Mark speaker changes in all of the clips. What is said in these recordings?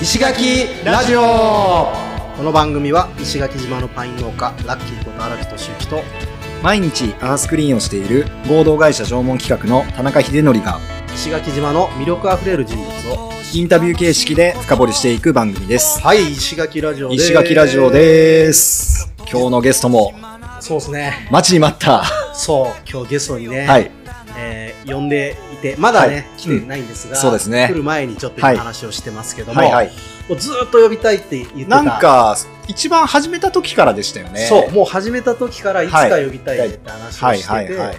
Speaker 1: 石垣ラジオ
Speaker 2: この番組は石垣島のパイン農家ラッキーこと荒木俊之と
Speaker 3: 毎日アースクリーンをしている合同会社縄文企画の田中秀則が
Speaker 2: 石垣島の魅力あふれる人物を
Speaker 3: インタビュー形式で深掘りしていく番組です。
Speaker 2: はい石垣ラジオです
Speaker 3: 石垣ラジオです。今日のゲストも
Speaker 2: そうですね
Speaker 3: 待ちに待った。
Speaker 2: そう今日ゲストにね、
Speaker 3: はい。
Speaker 2: えー呼んでいてまだね、
Speaker 3: はい
Speaker 2: 来てないんですが、
Speaker 3: うんそうですね
Speaker 2: 来る前にちょっと今
Speaker 3: はい
Speaker 2: 話をしてますけども、
Speaker 3: はいはい。
Speaker 2: もうずーっと呼びたいって言ってた
Speaker 3: なんか、一番始めた時からでしたよね。
Speaker 2: そう。もう始めた時からいつか
Speaker 3: はい
Speaker 2: 呼びたいって話を
Speaker 3: はい
Speaker 2: してて、
Speaker 3: はいはい。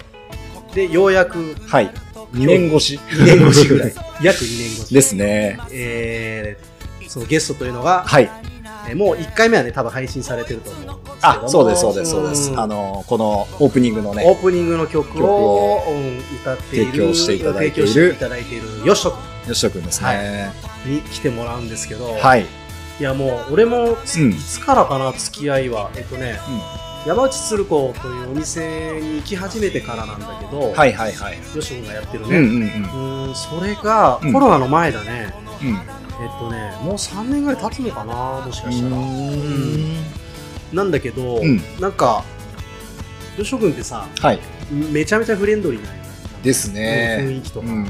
Speaker 2: でようやく
Speaker 3: はい。2年越し。
Speaker 2: 2年越しぐらい約2年越し
Speaker 3: ですね。
Speaker 2: えーそのゲストというのが、
Speaker 3: はい。
Speaker 2: えーもう1回目はね多分配信されてると思うんですけども
Speaker 3: あ、そうです、そうです、そうで
Speaker 2: ん
Speaker 3: す。あの、このオープニングの
Speaker 2: オ
Speaker 3: ね、
Speaker 2: ープニングの曲
Speaker 3: 曲
Speaker 2: を
Speaker 3: を
Speaker 2: うん歌っている
Speaker 3: 提供していただいている
Speaker 2: 提供していただいているよしと
Speaker 3: 吉くんですね。
Speaker 2: 君に来てもらうんですけど、い、
Speaker 3: はい。
Speaker 2: やもう俺も
Speaker 3: うん
Speaker 2: い。つからかな付き合いはえっとね山内鶴子というお店に行き始めてからなんだけど、
Speaker 3: はいはいはい。
Speaker 2: よし君がやってる
Speaker 3: うん
Speaker 2: ね、
Speaker 3: うん
Speaker 2: うんそれが
Speaker 3: うん
Speaker 2: コロナの前だね、
Speaker 3: うん。うん。
Speaker 2: えっとねもう3年ぐらい経つのかなもしかしたら、
Speaker 3: うん
Speaker 2: なんだけど、
Speaker 3: うん
Speaker 2: なんかよし君ってさ
Speaker 3: はい。
Speaker 2: めちゃめちゃフレンドリーなんよ
Speaker 3: です
Speaker 2: 雰
Speaker 3: ね。
Speaker 2: 囲気と
Speaker 3: う
Speaker 2: か、
Speaker 3: ん。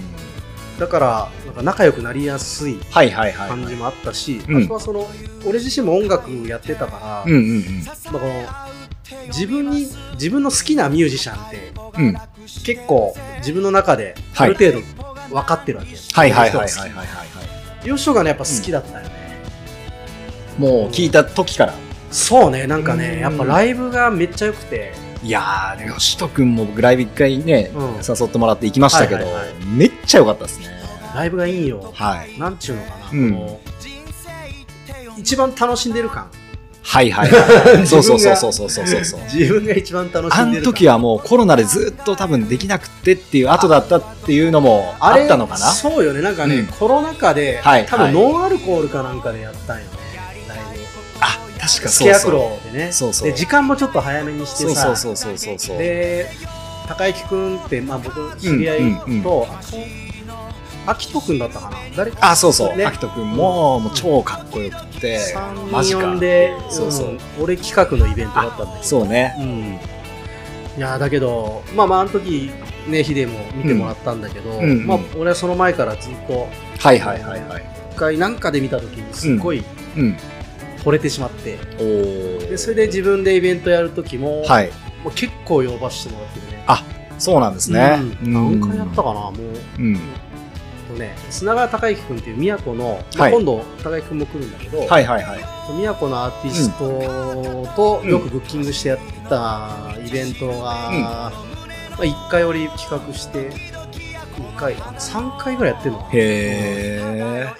Speaker 2: だからなんか仲良くなりやすい
Speaker 3: はいはいはい。
Speaker 2: 感じもあったし、
Speaker 3: うん
Speaker 2: あとはその俺自身も音楽やってたから、
Speaker 3: うんうん
Speaker 2: まあこの自分に自分の好きなミュージシャンって
Speaker 3: うん。うん。
Speaker 2: 結構自分の中であ
Speaker 3: はい
Speaker 2: る程度分かってるわけよ、
Speaker 3: はいはいはいはい
Speaker 2: この
Speaker 3: はい
Speaker 2: 人が
Speaker 3: はい。
Speaker 2: 好きよしおがねやっぱ好きだったよね、
Speaker 3: もう聞いた時から。
Speaker 2: そうねなんか
Speaker 3: う
Speaker 2: ね
Speaker 3: ん
Speaker 2: やっぱライブがめっちゃ良くて
Speaker 3: いやー、吉とくんも僕ライブ一回ね、
Speaker 2: うん
Speaker 3: 誘ってもらって行きましたけど
Speaker 2: はいはいは、
Speaker 3: めっちゃ良かったですね。
Speaker 2: ライブがいいよ
Speaker 3: はい。
Speaker 2: なんちゅうのかな、
Speaker 3: うん
Speaker 2: この一番楽しんでる感
Speaker 3: はいはいはい。
Speaker 2: 自
Speaker 3: そう
Speaker 2: 分が
Speaker 3: そうそうそうそうそうそう。
Speaker 2: 自分が一番楽し
Speaker 3: あ
Speaker 2: んで
Speaker 3: の
Speaker 2: る感
Speaker 3: 時はもうコロナでずっと多分できなくてっていう後だったっていうのもあ
Speaker 2: れ
Speaker 3: ったのかな
Speaker 2: そうよねなんかね、
Speaker 3: うん
Speaker 2: コロナ禍で、
Speaker 3: はい
Speaker 2: 多分
Speaker 3: はい
Speaker 2: ノンアルコールかなんかでやったんよねライブ
Speaker 3: あ、確かそうそう。
Speaker 2: スケアクロでね
Speaker 3: そうそう
Speaker 2: で時間もちょっと早めにして
Speaker 3: そう
Speaker 2: さ
Speaker 3: そうそうそうそうそう。
Speaker 2: で高幸くんって、まあ、僕の知り合いと、
Speaker 3: うんうん
Speaker 2: あきとくんだったかな誰か
Speaker 3: あ、そうそう。
Speaker 2: ね
Speaker 3: あきとくんも、もう超かっこよくて、マ
Speaker 2: 3
Speaker 3: ジ
Speaker 2: 人
Speaker 3: か。
Speaker 2: 呼んで、
Speaker 3: そうそう
Speaker 2: うん俺企画のイベントだったんだけど
Speaker 3: そうね。
Speaker 2: うん、いやーだけど、まあまあ、あの時ね、ヒデも見てもらったんだけど、
Speaker 3: んうん
Speaker 2: まあ、俺はその前からずっと、
Speaker 3: はいはいはいはい。
Speaker 2: 一回なんかで見た時に、すっごい
Speaker 3: うん。
Speaker 2: 惚れてしまって、
Speaker 3: おー
Speaker 2: でそれで自分でイベントやる時も、
Speaker 3: はい。
Speaker 2: もう結構呼ばしてもらってるね。
Speaker 3: そうなんですね。
Speaker 2: うん何回やったかな、もう、
Speaker 3: うん。
Speaker 2: とね、砂川隆之君っていう宮古の、まあ
Speaker 3: はい
Speaker 2: 今度、隆之君も来るんだけど、
Speaker 3: はいはいはい。
Speaker 2: 宮古のアーティストとよくブッキングしてやったイベントが、まあ、1回折企画して2回3回ぐらいやってるの
Speaker 3: へ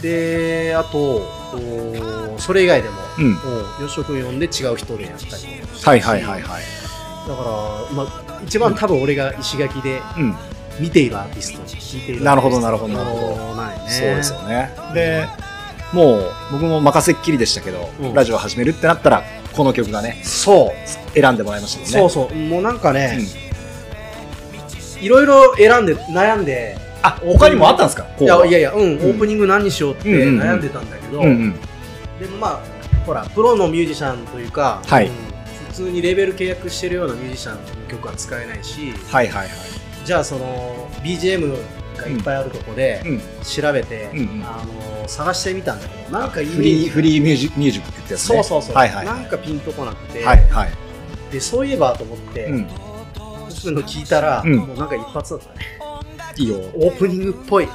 Speaker 3: ー。
Speaker 2: であとおそれ以外でも、
Speaker 3: うん。
Speaker 2: うん、吉尾君呼んで違う人でやったりもしてるし
Speaker 3: はいはいはいはい。
Speaker 2: だから、まあ、一番多分俺が石垣で
Speaker 3: うん。
Speaker 2: 見ているアーティスト聞いている
Speaker 3: なるほどなるほどなるほど
Speaker 2: ないね
Speaker 3: そうですよね。で、もう僕も任せっきりでしたけど、
Speaker 2: うん
Speaker 3: ラジオ始めるってなったら、この曲がね、
Speaker 2: そう
Speaker 3: 選んでもらいましたもんね。
Speaker 2: そうそうもうなんかね、
Speaker 3: うん
Speaker 2: いろいろ選んで悩んで
Speaker 3: あ、他にもあったんですか
Speaker 2: い
Speaker 3: い
Speaker 2: やいやいや、うん、オ
Speaker 3: うん
Speaker 2: ープニング何にしようって
Speaker 3: うんうんうん
Speaker 2: 悩んでたんだけど、
Speaker 3: うんうん。
Speaker 2: でもまあほらプロのミュージシャンというか、
Speaker 3: はい
Speaker 2: うん普通にレベル契約してるようなミュージシャンの曲は使えないし
Speaker 3: はいはいはい。
Speaker 2: じゃあその BGM がいっぱいあるとこで
Speaker 3: うん。
Speaker 2: 調べて、
Speaker 3: うんうん
Speaker 2: あの探してみたんだけどなんかイメ
Speaker 3: フリー、フ
Speaker 2: ージ
Speaker 3: リーミュージミュージックってやつね。
Speaker 2: そうそうそう、
Speaker 3: はいはいはい
Speaker 2: なんかピンとこなくて、
Speaker 3: はいはい。
Speaker 2: でそういえばと思って、
Speaker 3: うん。
Speaker 2: そういうの聞いたら、
Speaker 3: うん
Speaker 2: もうなんか一発だったね
Speaker 3: いいよ。
Speaker 2: オープニングっぽい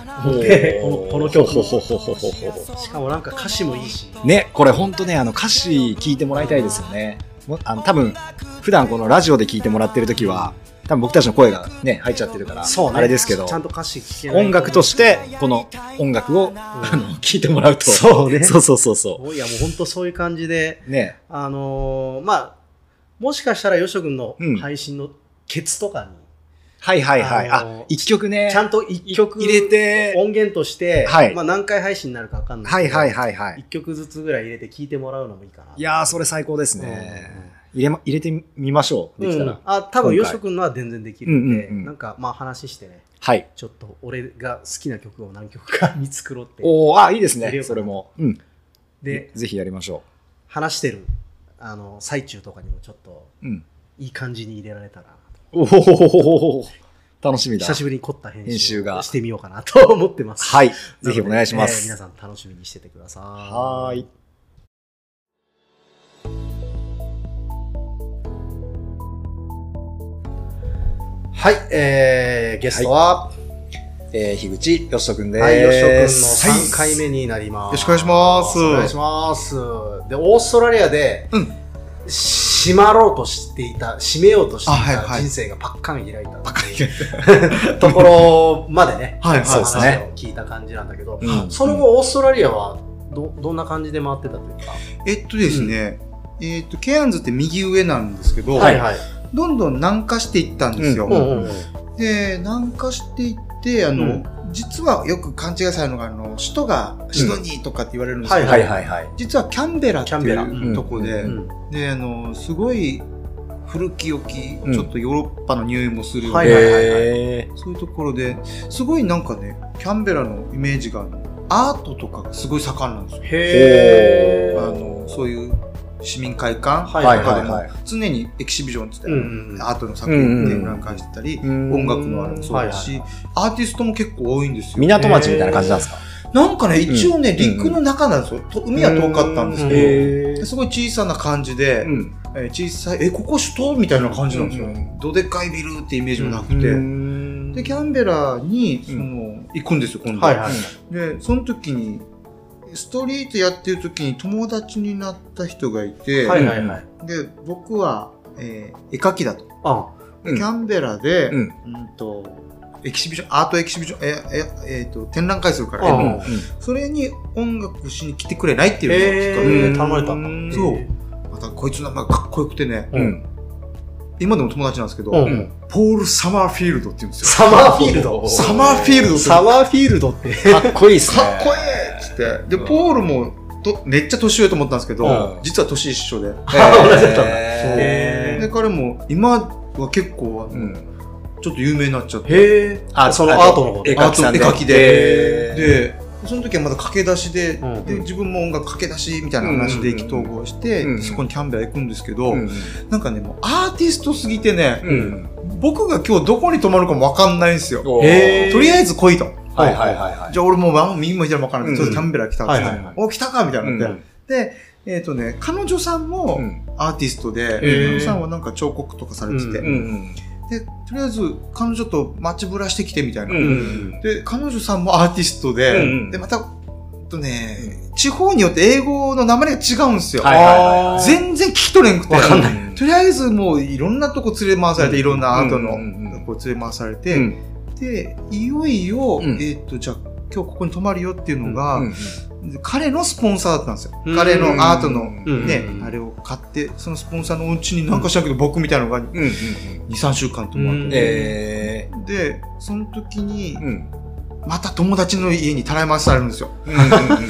Speaker 2: でこのこの曲
Speaker 3: ほほほほほほほ
Speaker 2: しかもなんか歌詞もいいし
Speaker 3: ね、これ本当ね、あの歌詞聞いてもらいたいですよね。もあの多分普段このラジオで聞いてもらってる時は、多分僕たちの声がね、入っちゃってるから、
Speaker 2: そうね、
Speaker 3: あれですけど
Speaker 2: ちゃ、んと歌詞聞けない
Speaker 3: 音楽として、この音楽を、あの、聞いてもらうと。
Speaker 2: そうね
Speaker 3: そうそうそうそ
Speaker 2: いやもう本当そういう感じで、
Speaker 3: う。ね。
Speaker 2: あのーまあ、もしかしたらよしょ君の
Speaker 3: うん
Speaker 2: 配信のケツとかに、
Speaker 3: はいはいはい。
Speaker 2: あの
Speaker 3: あ、一曲ね。
Speaker 2: ちゃんと一曲
Speaker 3: 入れて、
Speaker 2: 音源として、
Speaker 3: はい
Speaker 2: まあ何回配信になるかわかんない
Speaker 3: はい
Speaker 2: けど。
Speaker 3: はいはいはい。
Speaker 2: 一曲ずつぐらい入れて聞いてもらうのもいいかな。
Speaker 3: いやー、それ最高ですね。
Speaker 2: うん
Speaker 3: 入れま、入れてみましょう。できたら。
Speaker 2: うん、あ多分よ
Speaker 3: 今回
Speaker 2: しょくんのは全然できるんで、
Speaker 3: うんうんうん
Speaker 2: なんかまあ話してね
Speaker 3: はい。
Speaker 2: ちょっと俺が好きな曲を何曲か見繕って
Speaker 3: おおあ、いいです
Speaker 2: 入れよ
Speaker 3: ね。
Speaker 2: うかな
Speaker 3: それも。うん。
Speaker 2: で
Speaker 3: ぜひやりましょ
Speaker 2: 話してるあの最中とかにもちょっと
Speaker 3: う。うん。
Speaker 2: いい感じに入れられたらなと
Speaker 3: おお楽しみだ。
Speaker 2: 久しぶりに凝った編集
Speaker 3: 編集が
Speaker 2: をしてみようかなと思ってます
Speaker 3: はい。ぜ
Speaker 2: な
Speaker 3: ひお
Speaker 2: ので
Speaker 3: 願いしま
Speaker 2: えー
Speaker 3: す。
Speaker 2: 皆さん楽しみにしててください
Speaker 3: はーい。
Speaker 2: はい、えー、ゲストは、は
Speaker 3: えー、樋口よしとくん
Speaker 2: い、
Speaker 3: です。
Speaker 2: はい、よしくんの
Speaker 3: はい
Speaker 2: 3回目になります。
Speaker 1: よろしくお
Speaker 2: お願
Speaker 1: 願
Speaker 2: い
Speaker 1: い
Speaker 2: し
Speaker 1: し
Speaker 2: ます。で、オーストラリアで、
Speaker 1: うん
Speaker 2: 閉まろうとしていた、閉めようとして
Speaker 1: あはいい
Speaker 2: た
Speaker 1: はい
Speaker 2: 人生がパッカン開いた
Speaker 1: バカに言う
Speaker 2: ところまで ね、
Speaker 1: はいはい
Speaker 2: その
Speaker 3: そうです
Speaker 2: 話を聞いた感じなんだけど、
Speaker 3: うん
Speaker 2: その後、オーストラリアはどどんな感じで回ってたというか、
Speaker 1: えっとですね、えっと、ケアンズって右上なんですけど、
Speaker 2: はい。
Speaker 1: どんどん南下していったんですよ。
Speaker 3: うんうん
Speaker 1: で、南下していって、あの、実はよく勘違いされるのが、あの、首都がシドニーとかって言われるんですけど、
Speaker 3: はいはいはい。
Speaker 1: 実はキャンベラって
Speaker 2: キャンベラ
Speaker 1: いうとこで、
Speaker 3: うん
Speaker 1: で、あの、すごい古き良き、
Speaker 3: うん
Speaker 1: ちょっとヨーロッパの匂いもするような、
Speaker 2: はいはいはいはい
Speaker 3: え
Speaker 1: そういうところで、すごいなんかね、キャンベラのイメージが、あのアートとかがすごい盛んなんですよ。
Speaker 2: へ
Speaker 1: あ
Speaker 2: ー
Speaker 1: のそういう市民会館と
Speaker 2: はい
Speaker 3: はい
Speaker 1: か
Speaker 3: は
Speaker 1: で
Speaker 3: い
Speaker 1: も
Speaker 3: はい。
Speaker 1: 常にエキシビジョンって
Speaker 2: うん
Speaker 1: 言っ
Speaker 2: うんうん
Speaker 1: てアートの作品
Speaker 3: う
Speaker 1: で
Speaker 3: ん
Speaker 1: 覧会してたり、
Speaker 3: うん
Speaker 1: 音楽のあれもそうだし、
Speaker 2: はいは
Speaker 1: アーティストも結構多いんですよ。
Speaker 3: 港町みたいな感じなんですか
Speaker 1: なんかね、一応ね、
Speaker 3: うん
Speaker 1: 陸の中なんですよ。と海は遠かったんです
Speaker 2: うん
Speaker 1: け
Speaker 3: へ
Speaker 1: ど、すごい小さな感じで、
Speaker 3: ん。
Speaker 1: えー小さい、え、ここ首都みたいな感じなんですよ。
Speaker 3: うんうん
Speaker 1: どでかいビルってイメージもなくて。
Speaker 3: うん
Speaker 1: で、キャンベラに、その、行くんですよ、今度。
Speaker 2: はいはい。
Speaker 1: で、その時に、ストリートやってる時に友達になった人がいて、
Speaker 2: はいはいはい。
Speaker 1: で、僕は、えー絵描きだと。
Speaker 2: あ、
Speaker 1: で
Speaker 3: うん
Speaker 1: キャンベラで、
Speaker 3: う
Speaker 1: うんん、と、エキシビジョン、アートエキシビジョン、えー、えーえーと、展覧会するから、
Speaker 2: あ
Speaker 1: 絵
Speaker 2: う
Speaker 1: の
Speaker 2: ん
Speaker 1: それに音楽しに来てくれないっていうのがきっかけ
Speaker 2: へ
Speaker 1: で
Speaker 2: ー、頼まれた
Speaker 3: うん
Speaker 1: そうまたこいつの名前かっこよくてね、
Speaker 3: う
Speaker 2: うんん。
Speaker 1: 今でも友達なんですけど、
Speaker 2: うん
Speaker 3: うん
Speaker 1: ポール・サマーフィールドって言うんですよ。
Speaker 2: サマーフィールド
Speaker 1: サマーフィールドって
Speaker 2: サマーフィールドって。
Speaker 3: かっこいいっすね。
Speaker 1: かっこいいっつって。で、ポールもとめっちゃ年上と思ったんですけど、
Speaker 3: うん
Speaker 1: 実は年一緒で。
Speaker 3: えー。
Speaker 2: 同じだったんだ
Speaker 3: へ
Speaker 1: で、彼も今は結構、あ
Speaker 3: ー
Speaker 1: の
Speaker 3: うん。
Speaker 1: ちょっと有名になっちゃって。
Speaker 2: へえ。あ、そのアートの方
Speaker 3: 絵
Speaker 2: で。
Speaker 3: 描きさんで。
Speaker 1: アート絵描きで
Speaker 3: へー、
Speaker 1: で、その時はまだ駆け出しで、
Speaker 2: うん
Speaker 1: で自分も音楽駆け出しみたいな話で意気投合して、
Speaker 3: うん
Speaker 1: そこにキャンベラ行くんですけど、
Speaker 3: うん
Speaker 1: なんかね、もうアーティストすぎてね、
Speaker 3: うん。
Speaker 1: 僕が今日どこに泊まるかもわかんないんですよ。
Speaker 3: おー
Speaker 2: へー
Speaker 1: とりあえず来いと。
Speaker 3: はいはいはいはい。
Speaker 1: じゃあ俺もうまあ右も左もわからない。ちょっとキャンベラ来たって、
Speaker 2: はいはいはい
Speaker 1: お、来たかみたいにな
Speaker 3: う
Speaker 1: っ
Speaker 3: ん
Speaker 1: て。で、えっ、とね、彼女さんも、
Speaker 3: うん
Speaker 1: アーティストで、
Speaker 2: へー
Speaker 1: 彼女さんはなんか彫刻とかされてて、
Speaker 2: うん
Speaker 3: うん。
Speaker 1: で、とりあえず彼女と街ぶらしてきてみたいな。
Speaker 3: うんうん
Speaker 1: で、彼女さんもアーティストで、
Speaker 3: うんうん
Speaker 1: で、また、えっとね、地方によって英語の名前が違うんですよ。
Speaker 3: はいはいはいはい。
Speaker 1: 全然聞き取れんくて。
Speaker 2: わかん
Speaker 3: ない
Speaker 1: とりあえずもういろんなとこ連れ回されて、いろんなアートの
Speaker 3: うんうんうん
Speaker 1: とこ連れ回されて、
Speaker 3: うん
Speaker 1: で、いよいよ、
Speaker 3: うん
Speaker 1: えっと、じゃあ今日ここに泊まるよっていうのが、
Speaker 3: うん
Speaker 1: 彼のスポンサーだったんですよ。
Speaker 2: うん
Speaker 1: 彼のアートの
Speaker 2: うん
Speaker 1: ね、あれを買って、そのスポンサーのお家になんかしなけど、僕みたいなのが2、
Speaker 3: うんうん
Speaker 1: 3週間泊まって。
Speaker 2: うん
Speaker 3: え
Speaker 1: で、その時に
Speaker 3: ー、う、ん。
Speaker 1: また友達の家にたらい回しされるんですよ。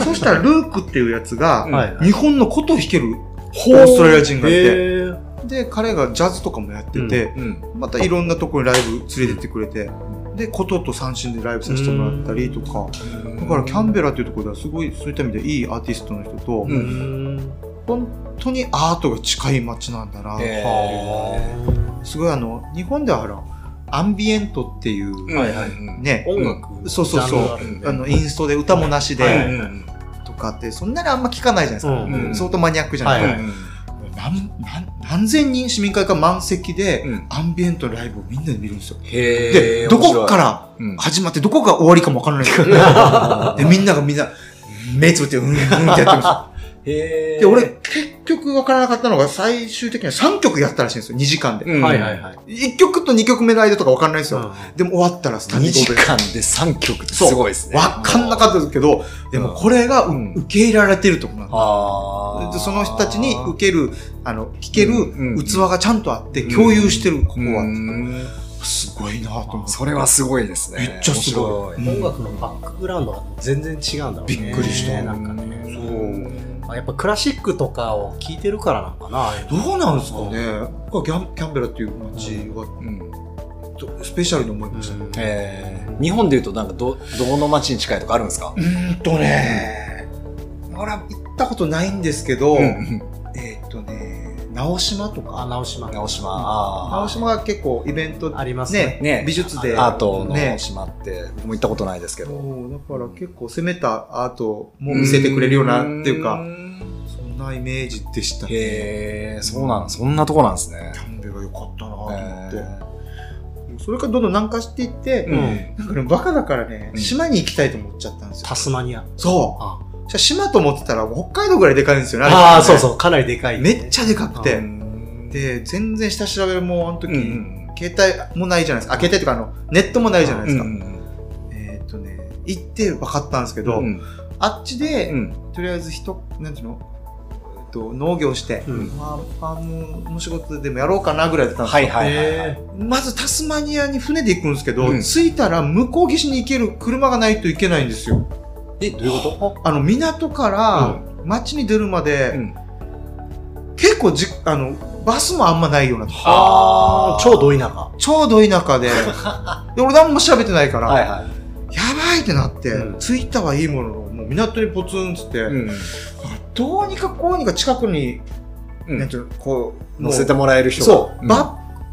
Speaker 1: そした
Speaker 3: ら、
Speaker 1: ら、ルークっていうやつが、
Speaker 2: はいはい
Speaker 1: 日本の琴を弾けるオー
Speaker 2: ほう
Speaker 1: ストラリア人がいて、
Speaker 2: へー
Speaker 1: で、彼がジャズとかもやってて、
Speaker 3: うん。
Speaker 1: またいろんなとこにライブ連れてってくれて、で、琴と三振でライブさせてもらったりとか、だからキャンベラっていうところではすごいそういった意味でいいアーティストの人と、
Speaker 3: う
Speaker 2: うんん。
Speaker 1: 本当にアートが近い街なんだなっていう
Speaker 3: へー
Speaker 1: すごいあの、日本ではほら、アンビエントっていう、
Speaker 3: はいはい。
Speaker 1: ね、
Speaker 2: 音楽
Speaker 1: そうそうそう
Speaker 2: ジャンルがあるんで
Speaker 1: あの、インストで歌もなし
Speaker 3: うんう
Speaker 1: で
Speaker 3: んうん
Speaker 1: とかって、そんなにあんま聞かないじゃないですか。
Speaker 2: うん
Speaker 3: うん
Speaker 1: 相当マニアックじゃない、
Speaker 2: はい
Speaker 3: うん
Speaker 1: なんなん何千人市民会館満席で、
Speaker 3: うん
Speaker 1: アンビエントのライブをみんなで見るんですよ。
Speaker 3: へ
Speaker 1: で、
Speaker 3: ー
Speaker 1: どこから
Speaker 3: 面
Speaker 1: 始まって、どこが終わりかもわからないですよ で、みんながみんな、目つぶって、うん、うんってやってるんですよ。
Speaker 3: 白いへー
Speaker 1: で、俺、結局わからなかったのが、最終的には3曲やったらしいんですよ、2時間で。
Speaker 3: うん
Speaker 2: はいはいはい。
Speaker 1: 1曲と2曲目の間とかわからないですよ。
Speaker 2: うん
Speaker 1: でも終わったらスタ
Speaker 3: 2
Speaker 1: ンディン
Speaker 3: 時
Speaker 1: グオベーション
Speaker 3: 間で3曲ってすごいですね。
Speaker 1: わかんなかったですけど、でもこれがう
Speaker 3: うん
Speaker 1: 受け入れられてるとこなんだ。
Speaker 3: あー
Speaker 1: でその人たちに受ける、あの、聞け
Speaker 3: うんうん
Speaker 1: る器がちゃんとあって共有してる、ここ
Speaker 3: う
Speaker 1: は。
Speaker 3: ん
Speaker 1: すごいなと思って。
Speaker 3: それはすごいですね。
Speaker 1: めっちゃすごい
Speaker 3: 面白
Speaker 1: うん
Speaker 2: 音楽のバックグラウンドが全然違うんだろうね。
Speaker 1: びっくりした
Speaker 2: なんかね。
Speaker 1: そう。
Speaker 2: かやっぱクラシックとかを聴いてるからなのかなああいうの
Speaker 1: どうなんですかね僕はギャンキャンベラっていう街は
Speaker 3: うん
Speaker 1: ちょっとスペシャルに思いましたね
Speaker 2: うん
Speaker 3: えー日本でいうとなんかどどの町に近いとかあるんですか
Speaker 1: うーんとね俺は行ったことないんですけど、えーっとね直島と
Speaker 2: あ
Speaker 1: か
Speaker 2: 直島
Speaker 3: 直島あー
Speaker 1: 直島は結構イベント
Speaker 2: ありますね
Speaker 1: ね
Speaker 3: ね
Speaker 1: 美術で
Speaker 3: アートの
Speaker 1: ね
Speaker 3: 島って、僕も行ったことないですけど。
Speaker 1: そうだから結構攻めたアートも見せてくれるようなっていうか
Speaker 3: ん。
Speaker 1: そんなイメージでしたね
Speaker 3: へえ、そうなん、そんなとこなんですね
Speaker 1: キ。ャンベラ良かったなと思って、
Speaker 3: え
Speaker 1: それからどんどん南下していって、
Speaker 3: ー
Speaker 2: うん
Speaker 1: なんかね、バカだからね、
Speaker 3: うん
Speaker 1: 島に行きたいと思っちゃったんですよ。
Speaker 2: タスマニア
Speaker 1: そ
Speaker 2: あ
Speaker 1: う。じゃあ島と思ってたら、北海道ぐらいでかいんですよね。れ
Speaker 2: あーそうそうかなりでかい
Speaker 1: めっちゃでかく
Speaker 2: う
Speaker 1: て。
Speaker 3: ん、
Speaker 1: で、全然下調べも、あの時、
Speaker 3: うん、
Speaker 1: 携帯もないじゃないですか。あ、携帯とか、あの、ネットもないじゃないですか。
Speaker 3: うん
Speaker 1: えーっとね、行って分かったんですけ
Speaker 3: う
Speaker 1: ど、
Speaker 3: ん
Speaker 1: あっちで、
Speaker 3: うん
Speaker 1: とりあえず人、なんていうのえっと農業して、
Speaker 2: うん
Speaker 1: まあ、ファームの仕事でもやろうかなぐらいだったんですよ、
Speaker 3: はいはいはいはい。
Speaker 2: へ
Speaker 1: まずタスマニアに船で行くんですけど、
Speaker 3: うん
Speaker 1: 着いたら向こう岸に行ける車がないといけないんですよ。
Speaker 3: え、どういうこ
Speaker 1: あの港から町に出るまで、
Speaker 3: とん。
Speaker 1: 結構じあのバスもあんまないような
Speaker 2: ああ超ど田舎
Speaker 1: ちょうど田 舎でで俺何も調べてないから、
Speaker 3: はいは
Speaker 1: やばいってなって、
Speaker 2: うん
Speaker 1: 着いたはいいもののもう港にポツンっつって、
Speaker 3: い。ん。
Speaker 1: どうにかこうにか近くに、
Speaker 3: うん
Speaker 1: なんていうのこう
Speaker 3: 乗せて
Speaker 1: も
Speaker 3: もらえる
Speaker 1: う
Speaker 3: 人が
Speaker 1: そう、
Speaker 3: ん
Speaker 1: バッ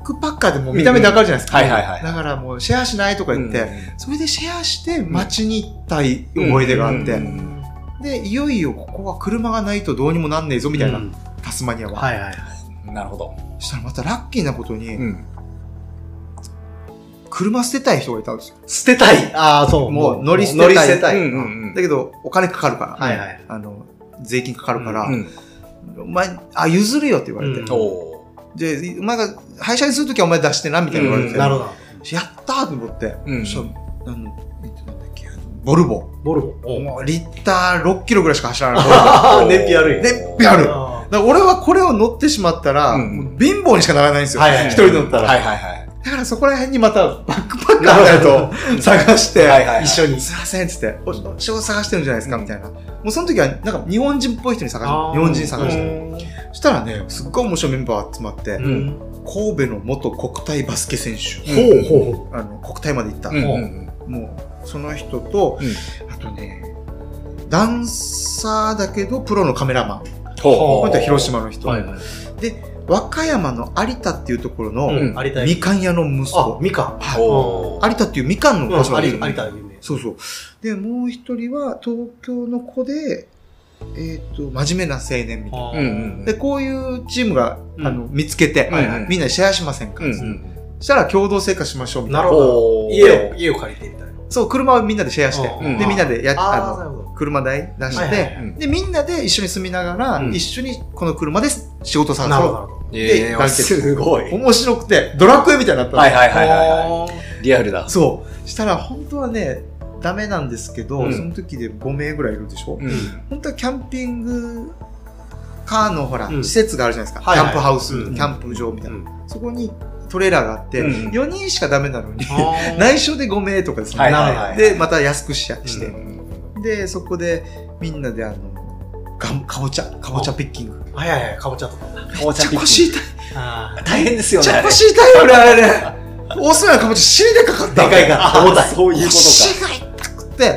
Speaker 1: クパッカーでもう見た目でわかるじゃないですか、
Speaker 3: うんうんはいはいはい
Speaker 1: だからもうシェアしないとか言って、
Speaker 3: うん
Speaker 1: それでシェアして街に行ったい思い出があって、
Speaker 3: うん
Speaker 1: でいよいよここは車がないとどうにもなんねえぞみたいな、
Speaker 2: うん
Speaker 1: タスマニアは、
Speaker 2: はいはいはい
Speaker 3: なるほど。
Speaker 1: したらまたラッキーなことに、
Speaker 3: ん。
Speaker 1: 車捨てたい人がいたんですよ。
Speaker 2: 捨てたいああそう
Speaker 1: もう乗り捨て
Speaker 2: 乗
Speaker 1: たい。
Speaker 2: り捨てたい
Speaker 3: うんうんうん
Speaker 1: だけど、お金かかるから、
Speaker 2: はいはい
Speaker 1: あの、税金かかるから、
Speaker 3: うん。
Speaker 1: お前、あ、譲るよって言われて。
Speaker 2: うん
Speaker 3: おお
Speaker 1: で、お前が、廃車にするときはお前出してな、みたいな言われて。
Speaker 2: うんなるほど
Speaker 1: やったーと思って。
Speaker 3: うん
Speaker 1: そしたらあの、えっと、なんだっけ、あのボルボ。
Speaker 2: ボルボ
Speaker 1: もう、リッター6キロぐらいしか走らない。ボルボだか
Speaker 2: あ
Speaker 3: ー
Speaker 2: 燃費悪い
Speaker 1: 燃費悪い
Speaker 2: あ
Speaker 1: ら俺はこれを乗ってしまったら、
Speaker 3: うん
Speaker 1: もう貧乏にしかならないんですよ。
Speaker 2: はいはい
Speaker 1: 一人乗ったら。
Speaker 3: はいはいはい。
Speaker 1: だからそこら辺にまたバックパッカーみたいなのを探して、
Speaker 3: はいはいはい
Speaker 1: 一緒に、すいませんっつって、おお仕事探してるんじゃないですか
Speaker 3: うん
Speaker 1: みたいな。もうその時は、なんか日本人っぽい人に探
Speaker 2: あ
Speaker 1: し
Speaker 2: ー
Speaker 1: て、日本人探して。
Speaker 2: うん
Speaker 1: そしたらね、すっごい面白いメンバー集まって、
Speaker 3: ん
Speaker 1: 神戸の元国体バスケ選手、
Speaker 3: うん
Speaker 2: ほうほうほ
Speaker 1: あの国体まで行った、
Speaker 3: うんうん
Speaker 1: もうその人と、
Speaker 3: う
Speaker 1: あとね、ダンサーだけどプロのカメラマン。
Speaker 3: ほうほ
Speaker 1: こ
Speaker 3: う
Speaker 1: の人は広島の人。
Speaker 2: うはいはい
Speaker 1: 和歌山の有田っていうところの、
Speaker 2: うん
Speaker 3: ん
Speaker 2: 有田
Speaker 1: みかん屋の息
Speaker 2: あ
Speaker 1: 子。
Speaker 2: みか
Speaker 1: はい
Speaker 3: おー
Speaker 1: 有田っていうみかん
Speaker 2: ん
Speaker 1: の場所
Speaker 2: うん
Speaker 1: なんで
Speaker 2: 有
Speaker 1: すよね
Speaker 2: 有田有名
Speaker 1: そうそう。で、もう一人は東京の子で、えっ、と、真面目な青年みたい
Speaker 2: あ
Speaker 3: う
Speaker 2: ー
Speaker 3: んうん
Speaker 1: な。で、こういうチームが、
Speaker 2: うん
Speaker 1: あの見つけて、
Speaker 3: はいはい
Speaker 1: みんなでシェアしませんか、
Speaker 3: うん
Speaker 1: そ
Speaker 3: うん
Speaker 1: したら共同生活しましょうみたい
Speaker 2: な
Speaker 1: な。
Speaker 2: るほ
Speaker 3: ほ
Speaker 2: ど
Speaker 3: う
Speaker 2: 家を家を借りてみたいな
Speaker 1: そう、車をみんなでシェアして、
Speaker 2: うん
Speaker 1: で、みんなでやっ
Speaker 2: あー
Speaker 1: あ
Speaker 2: なるほ
Speaker 1: の、車代出して、
Speaker 2: はいはいはい
Speaker 3: うん
Speaker 1: で、みんなで一緒に住みながら、
Speaker 3: うん
Speaker 1: 一緒にこの車で仕事
Speaker 2: ど
Speaker 1: 探
Speaker 2: なる
Speaker 1: そ
Speaker 2: ほど
Speaker 1: う。
Speaker 2: なるほど
Speaker 3: ええ
Speaker 1: で
Speaker 3: すごい。はい
Speaker 1: 面白くて、ドラクエみたいになったの
Speaker 3: はいはいはいは
Speaker 2: あー
Speaker 3: い。リアルだ。
Speaker 1: そう。したら、本当はね、ダメなんですけど、
Speaker 3: うん
Speaker 1: その時で5名ぐらいいるでしょ、
Speaker 3: うん
Speaker 1: 本当はキャンピングカーのほら、
Speaker 2: うん
Speaker 1: 施設があるじゃないですか、
Speaker 2: はいはい
Speaker 1: キャンプハウス、
Speaker 2: うん
Speaker 1: キャンプ場みたいな、
Speaker 2: うん
Speaker 1: そこにトレーラーがあって、
Speaker 3: うん
Speaker 1: 4人しかダメなのに、
Speaker 2: あー
Speaker 1: 内緒で5名とかですね、
Speaker 3: はいはいはい
Speaker 1: でまた安くしやして、
Speaker 3: うん
Speaker 1: でそこでみんなであのがんかぼちゃかぼちゃピッキングめっ
Speaker 2: はいはいはいかぼちゃとか
Speaker 3: 紅
Speaker 1: ち
Speaker 3: 茶
Speaker 1: ゃ
Speaker 3: ピッチ。
Speaker 1: 腰痛い
Speaker 2: あ
Speaker 3: 大変ですよ
Speaker 1: めっ
Speaker 3: ね。
Speaker 1: ち
Speaker 3: あ
Speaker 1: ゃ
Speaker 3: れ
Speaker 1: 腰痛い俺あれねオーストラリアのかぼちゃ尻でかかった
Speaker 2: ーでかい から重たい
Speaker 3: そういうこと
Speaker 1: 腰が痛くて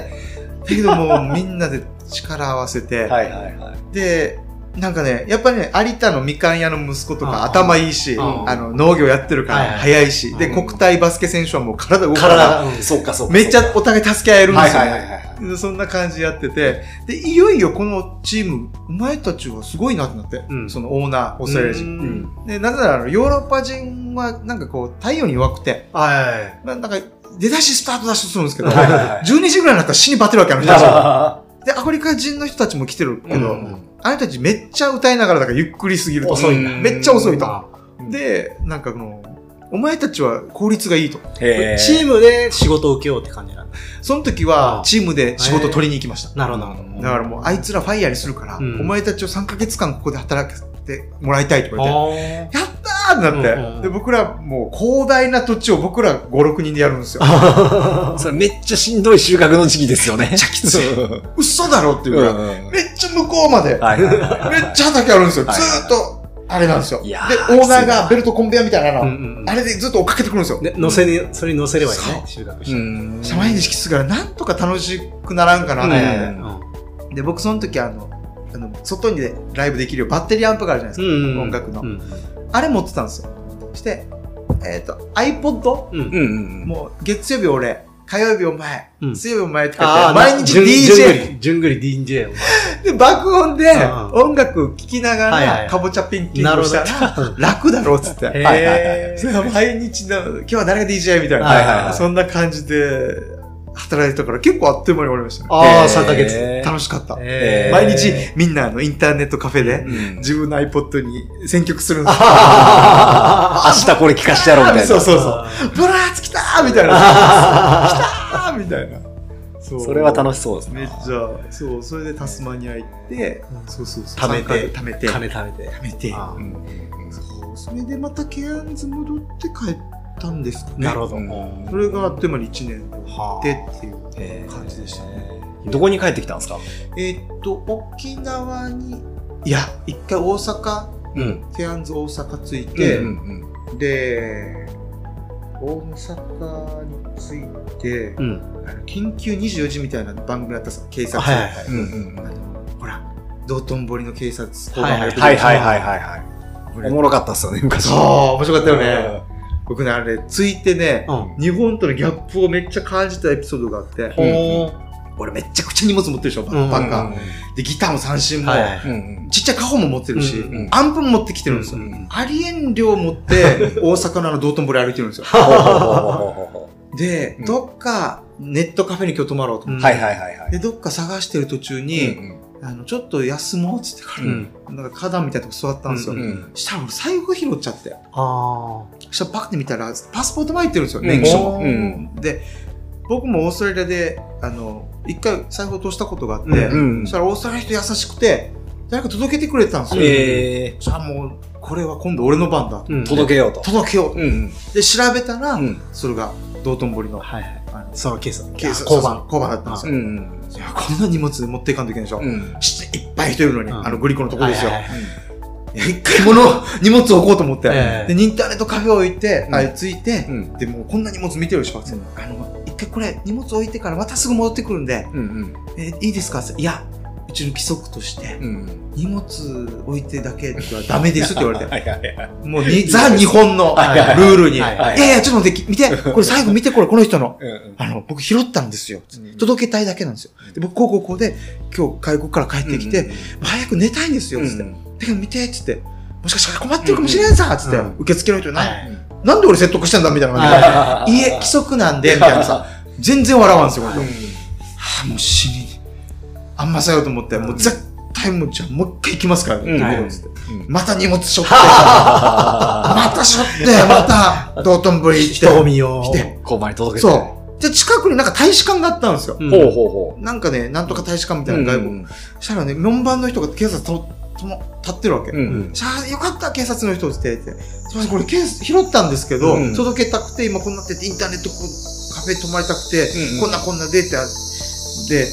Speaker 1: だけどもうみんなで力合わせて、
Speaker 3: か。はいはいはい。
Speaker 1: でなんかねやっぱりね有田のみかん屋の息子と
Speaker 2: あ
Speaker 1: か
Speaker 2: あ
Speaker 1: 頭いいし
Speaker 2: ああ
Speaker 1: あの農業やってるか
Speaker 2: はいは
Speaker 1: ら
Speaker 2: い
Speaker 1: 早いし、
Speaker 3: うん
Speaker 1: で国体バスケ選手はもう体動くから
Speaker 2: 体がうん
Speaker 3: そっかそっか。
Speaker 1: めっちゃお互い助け合えるんで
Speaker 3: はい
Speaker 1: すよ、
Speaker 3: はい
Speaker 1: ね
Speaker 3: はいはい。
Speaker 1: でそんな感じやっててでいよいよこのチームお前たちはすごいなってなって、
Speaker 2: うん
Speaker 1: そのオーナーオーストラリア
Speaker 2: う
Speaker 1: 人
Speaker 2: ん
Speaker 3: うん
Speaker 1: でなぜならあのヨーロッパ人はなんかこう太陽に弱くて
Speaker 2: はいはいはい
Speaker 1: ななんか出だしスタートダッシュするんですけど、
Speaker 3: はいはいはい
Speaker 1: 12時ぐらいになったら死にバテるわけあ の人たちは
Speaker 3: あ
Speaker 1: でアフリカ人の人たちも来てるけ
Speaker 3: ー
Speaker 1: ど、
Speaker 3: うん
Speaker 1: あの人たちめっちゃ歌いながらだからゆっくりすぎると
Speaker 2: 遅い
Speaker 3: な
Speaker 1: めっちゃ遅いと。
Speaker 2: あ
Speaker 3: うん
Speaker 1: で、なんかこの、お前たちは効率がいいと。
Speaker 3: へ
Speaker 2: チ
Speaker 3: ム
Speaker 2: ームで仕事を受けようって感じなんだ
Speaker 1: その時
Speaker 2: あ
Speaker 1: は
Speaker 2: あ
Speaker 1: チームで仕事を取りに行きました。
Speaker 2: なるほどなるほ
Speaker 3: ほ
Speaker 1: だからもうあいつらファイヤーにするから、
Speaker 2: うん
Speaker 1: お前たちを3ヶ月間ここで働かせてもらいたいと言われ
Speaker 2: ど
Speaker 1: て、やったーってなって、
Speaker 2: うんうんうん
Speaker 1: で僕らもう広大な土地を僕ら5、6人でやるんですよ。
Speaker 3: それめっちゃしんどい収穫の時期ですよね。めっちゃき
Speaker 1: つ い
Speaker 3: うん
Speaker 1: 嘘だろっていう
Speaker 3: う
Speaker 1: ぐ
Speaker 3: ん
Speaker 1: らい、めっちゃ向こうまで、
Speaker 3: はいはいはい
Speaker 1: めっちゃ畑あるんですよ。ず
Speaker 3: はい
Speaker 1: ーっと、あれなんですよ。
Speaker 3: い
Speaker 1: で、オ
Speaker 3: やー
Speaker 1: ーナーがベルトコンベヤみたいな
Speaker 2: うんう
Speaker 1: の、
Speaker 2: ん
Speaker 1: あれでずっと追っかけてくるんですよ。
Speaker 2: うん。のせに、それに乗せればいいね、収穫し
Speaker 3: う
Speaker 2: て。
Speaker 3: ん
Speaker 1: 社前に式するからなんとか楽しくならんかなと思って
Speaker 3: う
Speaker 2: うんん
Speaker 1: で、僕その時あの、あの外にでライブできるようバッテリーアンプがあるじゃないですか。
Speaker 2: うん
Speaker 1: 音楽の
Speaker 2: うん
Speaker 1: あれ持ってたんですよ。して、えっ、と、iPod?
Speaker 2: うん
Speaker 3: うんうんうん。
Speaker 1: もう月曜日俺、火曜日お前、
Speaker 2: うん
Speaker 1: 水曜日お前って言っ
Speaker 2: あ
Speaker 1: て、
Speaker 2: あ、
Speaker 1: 毎日 DJ。。
Speaker 2: じゅんぐり DJ を。
Speaker 1: で、爆音で
Speaker 2: うん
Speaker 1: 音楽聴きなが
Speaker 2: はいはいは
Speaker 1: ら、
Speaker 2: い
Speaker 1: かぼちゃピンキングしたら、 楽だろうっつ って。
Speaker 2: へ
Speaker 3: はいはいは
Speaker 2: え
Speaker 1: それは毎日の、今日は誰が DJ みたいな、
Speaker 3: はいはいはい
Speaker 1: そんな感じで働いてたから結構あっという間に終わりましたね。
Speaker 2: あ
Speaker 3: へ
Speaker 2: あ、
Speaker 3: ー
Speaker 2: 3ヶ月。
Speaker 1: 楽しかった。
Speaker 3: へー
Speaker 1: 毎日 みんなあのインターネットカフェで
Speaker 3: うん
Speaker 1: 自分の iPod に選曲するんですよ。
Speaker 3: 明日これ聞かしてやろうみたいな。
Speaker 1: そうそうそう。
Speaker 2: う。
Speaker 1: ブラーツ来たーみたいな。
Speaker 3: あ
Speaker 1: あーみたいな。そ
Speaker 3: ーそれは楽しそうです
Speaker 1: い。めっ
Speaker 3: ね。
Speaker 1: ちゃ、そう、それでタスマニア行って、
Speaker 2: うん
Speaker 1: そうそうそう。
Speaker 2: 貯めて
Speaker 1: 3ヶ月貯めて。
Speaker 2: 金貯めて。
Speaker 1: 貯めて。
Speaker 2: あー
Speaker 3: うん
Speaker 1: そう。それでまたケアンズ戻って帰ったんですかね。
Speaker 2: なるほど。
Speaker 3: うん
Speaker 1: それがあっという間に1年
Speaker 2: はあ
Speaker 1: でっていう。
Speaker 3: えー
Speaker 1: 感じでしたね
Speaker 3: どこに帰ってきたんですか
Speaker 1: えーっと、沖縄に、いや、一回大阪、
Speaker 3: うん。
Speaker 1: ケアンズ大阪着いて、
Speaker 3: で、うん
Speaker 1: で、大阪に着いて、
Speaker 2: うん。
Speaker 1: あの緊急24時みたいな番組あったさ、警察、
Speaker 2: はいはいはい
Speaker 3: うんうん
Speaker 1: あのほら、道頓堀の警察交
Speaker 2: はいはい
Speaker 1: 番がやって
Speaker 3: はいはい
Speaker 1: い。
Speaker 3: はいはいはい。おもろかったっすよね、昔。
Speaker 1: そう、面白かったよね。僕ね、あれ、着いてね、
Speaker 2: うん。
Speaker 1: 日本とのギャップをめっちゃ感じたエピソードがあって、
Speaker 3: うん
Speaker 1: 俺めっちゃくちゃ荷物持ってるでしょ、バックパッカー。
Speaker 2: うん
Speaker 1: で、ギターも三振も、
Speaker 2: はいはい。
Speaker 3: うんうん。
Speaker 1: ちっちゃいカホも持ってるし、
Speaker 2: うん
Speaker 3: うん
Speaker 1: アンプも持ってきてるんですよ。
Speaker 2: うんうん
Speaker 1: ありえん量 持って、大阪のあの道頓堀歩いてるんですよ。
Speaker 3: ほうほうほうほうほ
Speaker 1: で、
Speaker 3: うん
Speaker 1: どっかネットカフェに今日泊まろうと思
Speaker 3: う
Speaker 1: っ
Speaker 3: はいはいはいはい
Speaker 1: て。で、どっか探してる途中に、あの、ちょっと休もうっつってから、
Speaker 2: うん。
Speaker 1: なんか花壇みたいなとこ座ったんですよ。
Speaker 2: うん
Speaker 3: うん。
Speaker 1: したら俺財布拾っちゃって。
Speaker 2: あ
Speaker 1: したらパッて見たら、パスポート前行ってるんですよ、
Speaker 3: うん
Speaker 1: 免許証も
Speaker 3: う。ん
Speaker 1: で、僕もオーストラリアで、あの、一回財布落としたことがあって、
Speaker 3: うん
Speaker 1: そしたらオーストラリアの人優しくて、誰か届けてくれてたんですよ。
Speaker 3: え
Speaker 1: じゃあもう、これは今度俺の番だと。
Speaker 2: あ。
Speaker 3: ー、届けようと。
Speaker 1: 届けよう。
Speaker 3: うん
Speaker 1: で、調べたら、
Speaker 3: うん。うん
Speaker 1: それが道頓堀の、
Speaker 2: はいはい。
Speaker 1: あの、
Speaker 2: そのケース。
Speaker 1: 警察、
Speaker 2: 交
Speaker 1: そう
Speaker 2: 番
Speaker 1: そう。交番だったんです
Speaker 3: う
Speaker 1: よ。
Speaker 3: ん。
Speaker 1: いや、こんな荷物持っていかんといけないでしょ。
Speaker 3: うん。
Speaker 1: しいっぱい人いるのに、
Speaker 2: うん
Speaker 1: あの、グリコのとこですよ。
Speaker 2: はいはいはい
Speaker 1: いや一回物を、荷物置こうと思って、
Speaker 2: ええ
Speaker 1: で、インターネットカフェ置いて、
Speaker 3: うん
Speaker 1: あれ着いて、
Speaker 3: うん。
Speaker 1: で、もうこんな荷物見てるでしょ、つってあの、一回これ、荷物置いてからまたすぐ戻ってくるんで、
Speaker 3: うん。
Speaker 1: えいいですかつっていや、うちの規則として、
Speaker 3: うん。
Speaker 1: 荷物置いてだけではダメですって言われて、
Speaker 3: はいはいはい。
Speaker 1: もうに、ザ日本のル
Speaker 3: はいはいはい
Speaker 1: ールに、い
Speaker 2: はい
Speaker 3: はい
Speaker 1: やいや、ちょっと待って、見て、これ最後見て、これ、この人の。
Speaker 3: うん
Speaker 1: あの、僕拾ったんですよ。
Speaker 3: うん。
Speaker 1: 届けたいだけなんですよ。で、僕、こうこうこうで、今日外国から帰ってきて、、早く寝たいんですよ、つって。だけど見て、つって。もしかしたら困ってるかもしれんさ、つって
Speaker 2: うん。
Speaker 1: 受付の人に、
Speaker 2: は
Speaker 1: ないなんで俺説得したんだみたいな感じで。いえ、規則なんで、みたいなさ。全然笑わんですよ、この人はあ、もう死に。あんまさようと思って、もう絶対もう、じゃあもう一回行きますから
Speaker 3: う
Speaker 1: ね、
Speaker 3: ん
Speaker 1: ってことですってまた荷物しょって、
Speaker 3: あ
Speaker 1: またし ょって、また道頓堀行って。
Speaker 2: 人混みを。
Speaker 1: 来て。
Speaker 3: 交番に届けて。
Speaker 1: そう。で、近くになんか大使館があったんですよ。
Speaker 2: うん
Speaker 3: ほうほうほ
Speaker 1: なんかね、なんとか大使館み
Speaker 3: う。
Speaker 1: たいな外国。そしたらね、4番の人が警察と、とも、立ってるわけ。
Speaker 3: うん。
Speaker 1: さあ、よかった、警察の人って言って。すいません、これケース拾ったんですけど、
Speaker 3: うん
Speaker 1: 届けたくて、今こんなってて、インターネットこうカフェ泊まりたくて、
Speaker 3: うんうん
Speaker 1: こんなこんなでって、で、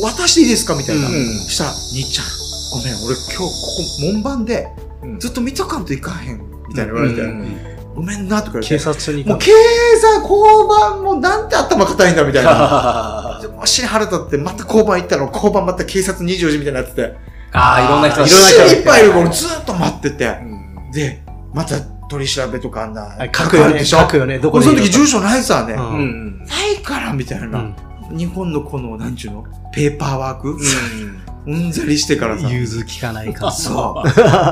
Speaker 1: もう渡していいですかみたいな。
Speaker 2: うん
Speaker 1: そしたら、兄ちゃん、ごめん、俺今日ここ門番で、ずっと見とかんといかへん、みたいな言われて、ごめんな、とか言わ
Speaker 2: 警
Speaker 1: れて。
Speaker 2: 察署に
Speaker 1: も
Speaker 2: 行
Speaker 1: う
Speaker 2: く。
Speaker 1: 警察、交番もなんて頭硬いんだ、みた いな。
Speaker 3: あ
Speaker 1: でもし腹立って、また交番行ったの、交番また警察24時みたいになってて、
Speaker 3: あ、いろんな人
Speaker 1: い
Speaker 3: が
Speaker 1: っぱいいるからずーっと待ってて、
Speaker 3: うん
Speaker 1: で、また取り調べとかあんな、
Speaker 2: はい書くよ
Speaker 1: ある
Speaker 2: ね。
Speaker 1: でしょ
Speaker 2: 書くよね。どこ
Speaker 1: 俺
Speaker 2: で拾
Speaker 1: そ
Speaker 2: っ
Speaker 1: の
Speaker 2: た。
Speaker 1: 時住所ないさね、
Speaker 2: うん
Speaker 3: うん。
Speaker 1: ないからみたいな、日本のこの、なんちゅうの、ペーパーワーク、うんざりしてからさ、
Speaker 2: 融通きかないか。
Speaker 1: そ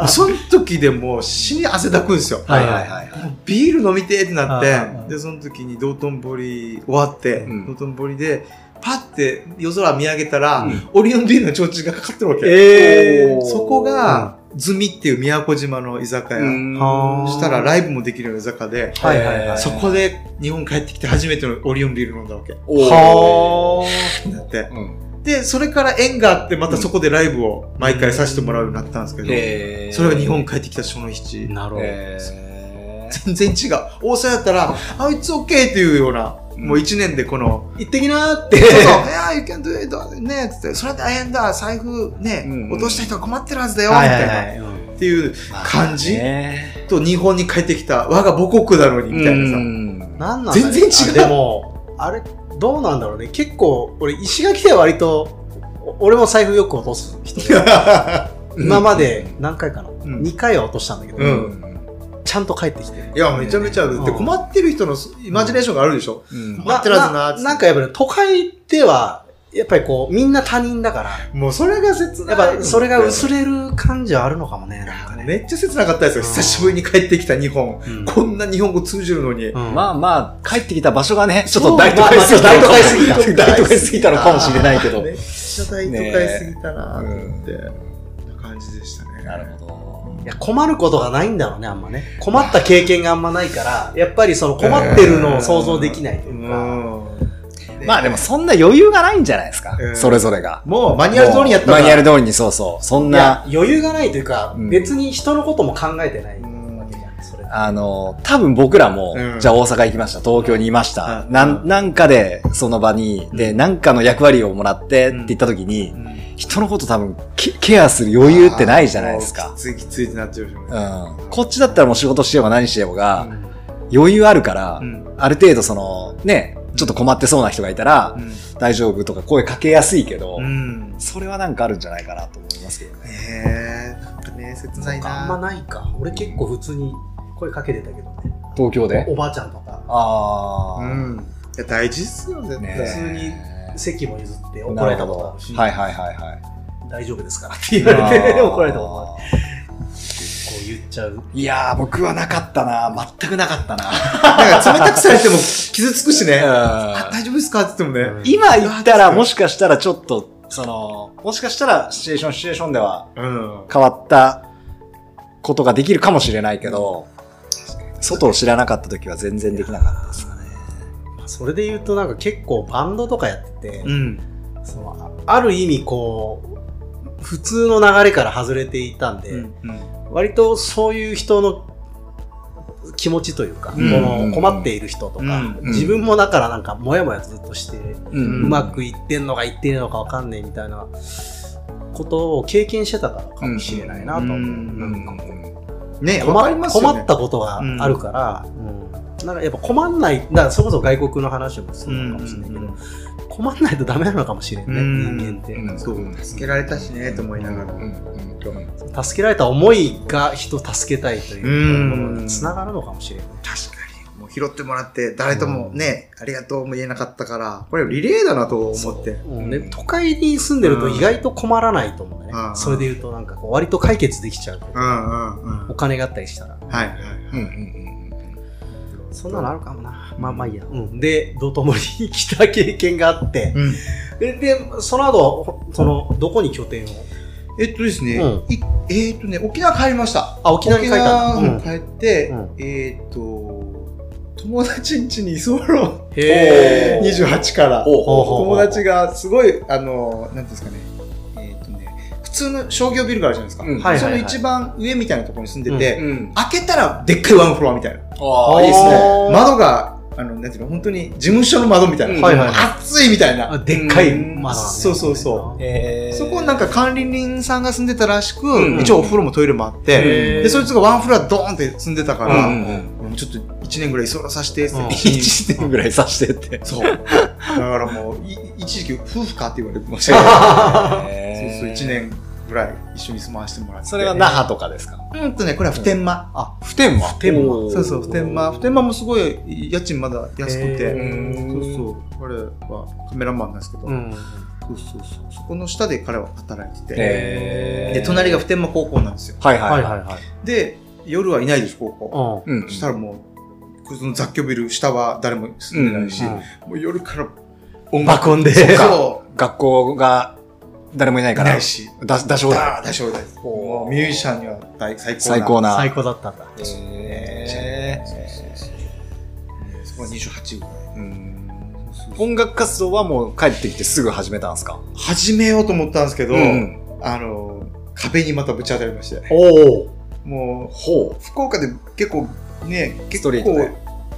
Speaker 1: う。その時でもう死に汗だくんですよ。
Speaker 3: はいはいはい。
Speaker 1: もう ビール飲みてーってなっ
Speaker 2: うんうん
Speaker 1: て、で、その時に道頓堀終わって、
Speaker 3: うん
Speaker 1: 道頓堀で、パッて夜空見上げたら、
Speaker 3: うん
Speaker 1: オリオンビールの提灯がかかってるわけ。
Speaker 2: え
Speaker 3: ー
Speaker 1: そこが、ずみっていう宮古島の居酒屋。
Speaker 2: は
Speaker 1: したらライブもできるような居酒屋で、
Speaker 2: はいはいはい
Speaker 1: そこで日本帰ってきて初めてのオリオンビール飲んだわけ。
Speaker 2: は
Speaker 1: だって。で、それから縁があって、またそこでライブを毎回させてもらうようになったんですけど、それが日本帰ってきた初の
Speaker 2: あ。
Speaker 1: 日。
Speaker 2: なるほど。
Speaker 1: 全然違う。大沢やったら、あいつ OK っていうような、もう一年でこの、
Speaker 2: 行ってきなーって。
Speaker 1: そうそう、yeah, you can do it, ね、つって、それで大変だ、財布ね、
Speaker 3: うんうん
Speaker 1: 落とした人は困ってるはずだよ、み
Speaker 2: はい
Speaker 1: た
Speaker 2: はいい
Speaker 1: な。
Speaker 2: はい。
Speaker 1: っていう感じ
Speaker 3: ね
Speaker 1: と、日本に帰ってきた、我が母国なのに、みたいなさ。
Speaker 2: なんなんだろう
Speaker 1: 全然違う
Speaker 2: あでも、あれ、どうなんだろうね。結構、俺、石垣では割と、お俺も財布よく落とす人で今まで何回かな、
Speaker 1: ん
Speaker 2: 2回は落としたんだけど、
Speaker 1: うん
Speaker 2: ちゃんと帰ってきて。
Speaker 1: いや、めちゃめちゃある。で、
Speaker 2: うん
Speaker 1: 困ってる人のイマジネーションがあるでしょ。
Speaker 3: うん
Speaker 1: 待ってらずなーっつって
Speaker 2: なんかやっぱり都会では、やっぱりこう、みんな他人だから、
Speaker 1: もうそれが切ない。
Speaker 2: やっぱそれが薄れる感じはあるのかもね、なんかね。
Speaker 1: めっちゃ切なかったですよ。久しぶりに帰ってきた日本。
Speaker 2: うん
Speaker 1: こんな日本語通じるのに。
Speaker 2: うん
Speaker 3: まあまあ、帰ってきた場所がね、ちょっ
Speaker 2: そう
Speaker 3: と大都会すぎた
Speaker 2: まあ
Speaker 3: の
Speaker 2: まあ
Speaker 3: か
Speaker 2: ち
Speaker 3: も
Speaker 2: ょっと大都会すぎた
Speaker 3: 大都会すぎたのかもしれないけど。
Speaker 1: めっちゃ大都会すぎたなーと思って、な感じでしたね。
Speaker 3: なるほ
Speaker 2: いや困ることがないんだろうね、あんまね。困った経験があんまないから、やっぱりその困ってるのを想像できないというか。
Speaker 3: ど。まあでもそんな余裕がないんじゃないですか
Speaker 1: う。ん
Speaker 3: それぞれが。
Speaker 1: もうマニュアル通りにやった
Speaker 3: マニュア
Speaker 1: ル。
Speaker 3: ル通りにそうそう。そん
Speaker 2: いや
Speaker 3: な、
Speaker 2: 余裕がないというか、
Speaker 3: うん
Speaker 2: 別に人のことも考えてないわけじゃん、それ。
Speaker 3: あの、多分僕らも、
Speaker 1: うん
Speaker 3: じゃあ大阪行きました、東京にいました、
Speaker 1: うん
Speaker 3: なん、なんかで、その場に、で、なんかの役割をもらってって言った時に、
Speaker 1: うん
Speaker 3: 人のこと多分ケケアする余裕ってないじゃないです
Speaker 1: もう
Speaker 3: か
Speaker 1: き。ついきついってなっちゃうでしょうね。
Speaker 3: うん。こっちだったらもう仕事しようが何しようが、
Speaker 1: うん
Speaker 3: 余裕あるから、
Speaker 1: うん
Speaker 3: ある程度その、ね、ちょっと困ってそうな人がいたら、大丈夫とか声かけやすいけど、
Speaker 1: うん。ね
Speaker 3: それはなんかあるんじゃないかなと思いますけどね。
Speaker 1: え、なんかね、切ない
Speaker 2: あんま
Speaker 1: な
Speaker 2: ないか。俺結構普通に声かけてたけどね。
Speaker 3: 東京で
Speaker 2: おばあちゃんとか、
Speaker 3: あ
Speaker 1: う
Speaker 3: ー。
Speaker 1: ん。いや、大事っすよ、絶
Speaker 3: ね
Speaker 1: 対。
Speaker 2: 席も譲って怒
Speaker 3: な
Speaker 2: ら
Speaker 3: る
Speaker 2: れ
Speaker 3: ほ
Speaker 2: た
Speaker 3: ど
Speaker 2: ことあるし、
Speaker 3: はいはいはいはい。
Speaker 2: 大丈夫ですからって言われて 怒られたことある。こ
Speaker 3: あー
Speaker 2: う言っちゃう。
Speaker 3: いやー、僕はなかったな全くなかったな
Speaker 1: なんか冷たくされても傷つくしね。あ
Speaker 3: うん
Speaker 1: 大丈夫ですかって言ってもね。
Speaker 3: 今言ったら、もしかしたらちょっと、その、もしかしたらシチュエーションシチュエーションでは
Speaker 1: うん。
Speaker 3: 変わったことができるかもしれないけど、外を知らなかった時は全然できなかったですかね。
Speaker 2: まあそれで言うとなんか結構バンドとかやってて、
Speaker 1: うん。
Speaker 2: そのあある意味こう、普通の流れから外れていたんで、
Speaker 1: うん
Speaker 2: 割とそういう人の気持ちというか、
Speaker 1: うん
Speaker 2: この困っている人とか、
Speaker 1: うん
Speaker 3: うん
Speaker 2: 自分もだからなんかモヤモヤずっとして、
Speaker 3: う
Speaker 2: うんまくいってんのかいってるのかわかんねえみたいなことを経験してたからかもしれないなと思う。
Speaker 1: うん
Speaker 2: なんかこう
Speaker 1: ね、
Speaker 2: 困
Speaker 1: わかりますよ
Speaker 2: 困
Speaker 1: ね
Speaker 2: っ。たことがあるから、うんなんかやっぱ困んない、だからそれこそ外国の話もそうなのかもしれないけど、
Speaker 1: うんうん
Speaker 2: 困んないとダメなのかもしれんね、
Speaker 1: うん
Speaker 2: 人間って。
Speaker 3: うん
Speaker 1: そう、助けられたしね、と思いながら。
Speaker 2: 助けられた思いが人を助けたいというところにつながるのかもしれない。
Speaker 1: 確かに。もう拾ってもらって、誰ともね、ありがとうも言えなかったから、これリレーだなと思って。
Speaker 2: うんね、都会に住んでると意外と困らないと思うね、
Speaker 1: うん
Speaker 2: それで言うとなんかこう割と解決できちゃう、
Speaker 1: うんうんうん。
Speaker 2: お金があったりしたら
Speaker 1: はいはい。
Speaker 3: うんうんうんうん
Speaker 2: そんなのあるかもなまあまあいいや、うん、で道頓堀に来た経験があって、
Speaker 1: うん、
Speaker 2: ででその後ほそのどこに拠点を
Speaker 1: えっとですね、
Speaker 2: うん
Speaker 1: いえっとね、沖縄帰りました。
Speaker 2: あ沖縄に帰った
Speaker 1: 沖縄帰って、
Speaker 2: うん
Speaker 1: えっと、友達ん家に居候、
Speaker 2: へー
Speaker 1: 28から。
Speaker 2: ほうほうほう
Speaker 1: 友達がすごい、あの、なんていうんですかね、えっとね、普通の商業ビルがあるじゃないですか。
Speaker 3: うん
Speaker 2: はいはいはい
Speaker 1: その一番上みたいなところに住んでて、
Speaker 3: うん。
Speaker 1: 開けたらでっかいワンフロアみたいな。
Speaker 3: ああ、いい
Speaker 2: で
Speaker 3: ですす
Speaker 2: ね
Speaker 3: ね。
Speaker 2: おー
Speaker 1: 窓が、あの、なんていうの、本当に事務所の窓みたいな。
Speaker 3: うん
Speaker 2: はいはいはい
Speaker 1: 暑いみたいな。
Speaker 2: あでっかい
Speaker 3: うん
Speaker 2: 窓だね
Speaker 1: そうそうそ
Speaker 3: え
Speaker 1: そこなんか管理人さんが住んでたらしく、
Speaker 3: うん
Speaker 1: 一応お風呂もトイレもあって、
Speaker 2: へー
Speaker 1: で、そいつがワンフロアドーンって住んでたか
Speaker 3: う
Speaker 1: ら、
Speaker 3: んうん
Speaker 1: 俺もちょっと1年ぐらい居候させて、って
Speaker 2: うん
Speaker 3: 1年ぐらいさしてって。
Speaker 1: そう。だからもう、い一時期夫婦かって言われてましたけど、そうそう、1年ぐらい一緒に住まわせてもらって。
Speaker 3: それは那覇とかですか
Speaker 1: うんとね、これは普天間。
Speaker 3: あ、普天間。普
Speaker 2: 天間
Speaker 1: そうそう、普天間。普天間もすごい家賃まだ安く
Speaker 2: へ
Speaker 1: て、
Speaker 2: ー
Speaker 1: そうそう、彼はカメラマンなんですけど、
Speaker 2: うん
Speaker 1: そうそうそう。そこの下で彼は働いてて。
Speaker 3: へー
Speaker 1: で、隣が普天間高校なんですよ。
Speaker 3: はいは
Speaker 2: はいい
Speaker 3: は。
Speaker 2: はいいはい
Speaker 1: で、夜はいないでしょ、高校。
Speaker 2: う
Speaker 3: うん
Speaker 1: そしたらもう、この雑居ビル、下は誰も住んでないし、
Speaker 3: うん
Speaker 1: もう夜から
Speaker 3: 音楽音で。
Speaker 1: そ
Speaker 3: 学校が誰もいない
Speaker 1: い
Speaker 3: か
Speaker 1: な
Speaker 3: ら
Speaker 1: い、し、
Speaker 3: だ出し放題。
Speaker 1: だー大丈夫です。もうミュージシャンには大最高な。
Speaker 3: 最高な。
Speaker 2: 最高だったんだ
Speaker 3: へー
Speaker 1: そこは28ぐらい。
Speaker 3: うん音楽活動はもう帰ってきてすぐ始めたんですか
Speaker 1: 始めようと思ったんですけど、
Speaker 3: うん
Speaker 1: あの、壁にまたぶち当たりまして、
Speaker 2: おお
Speaker 1: もう、
Speaker 3: ほ
Speaker 1: 福岡で結構ね
Speaker 3: ス
Speaker 1: 結
Speaker 3: ト
Speaker 1: 構
Speaker 3: リートで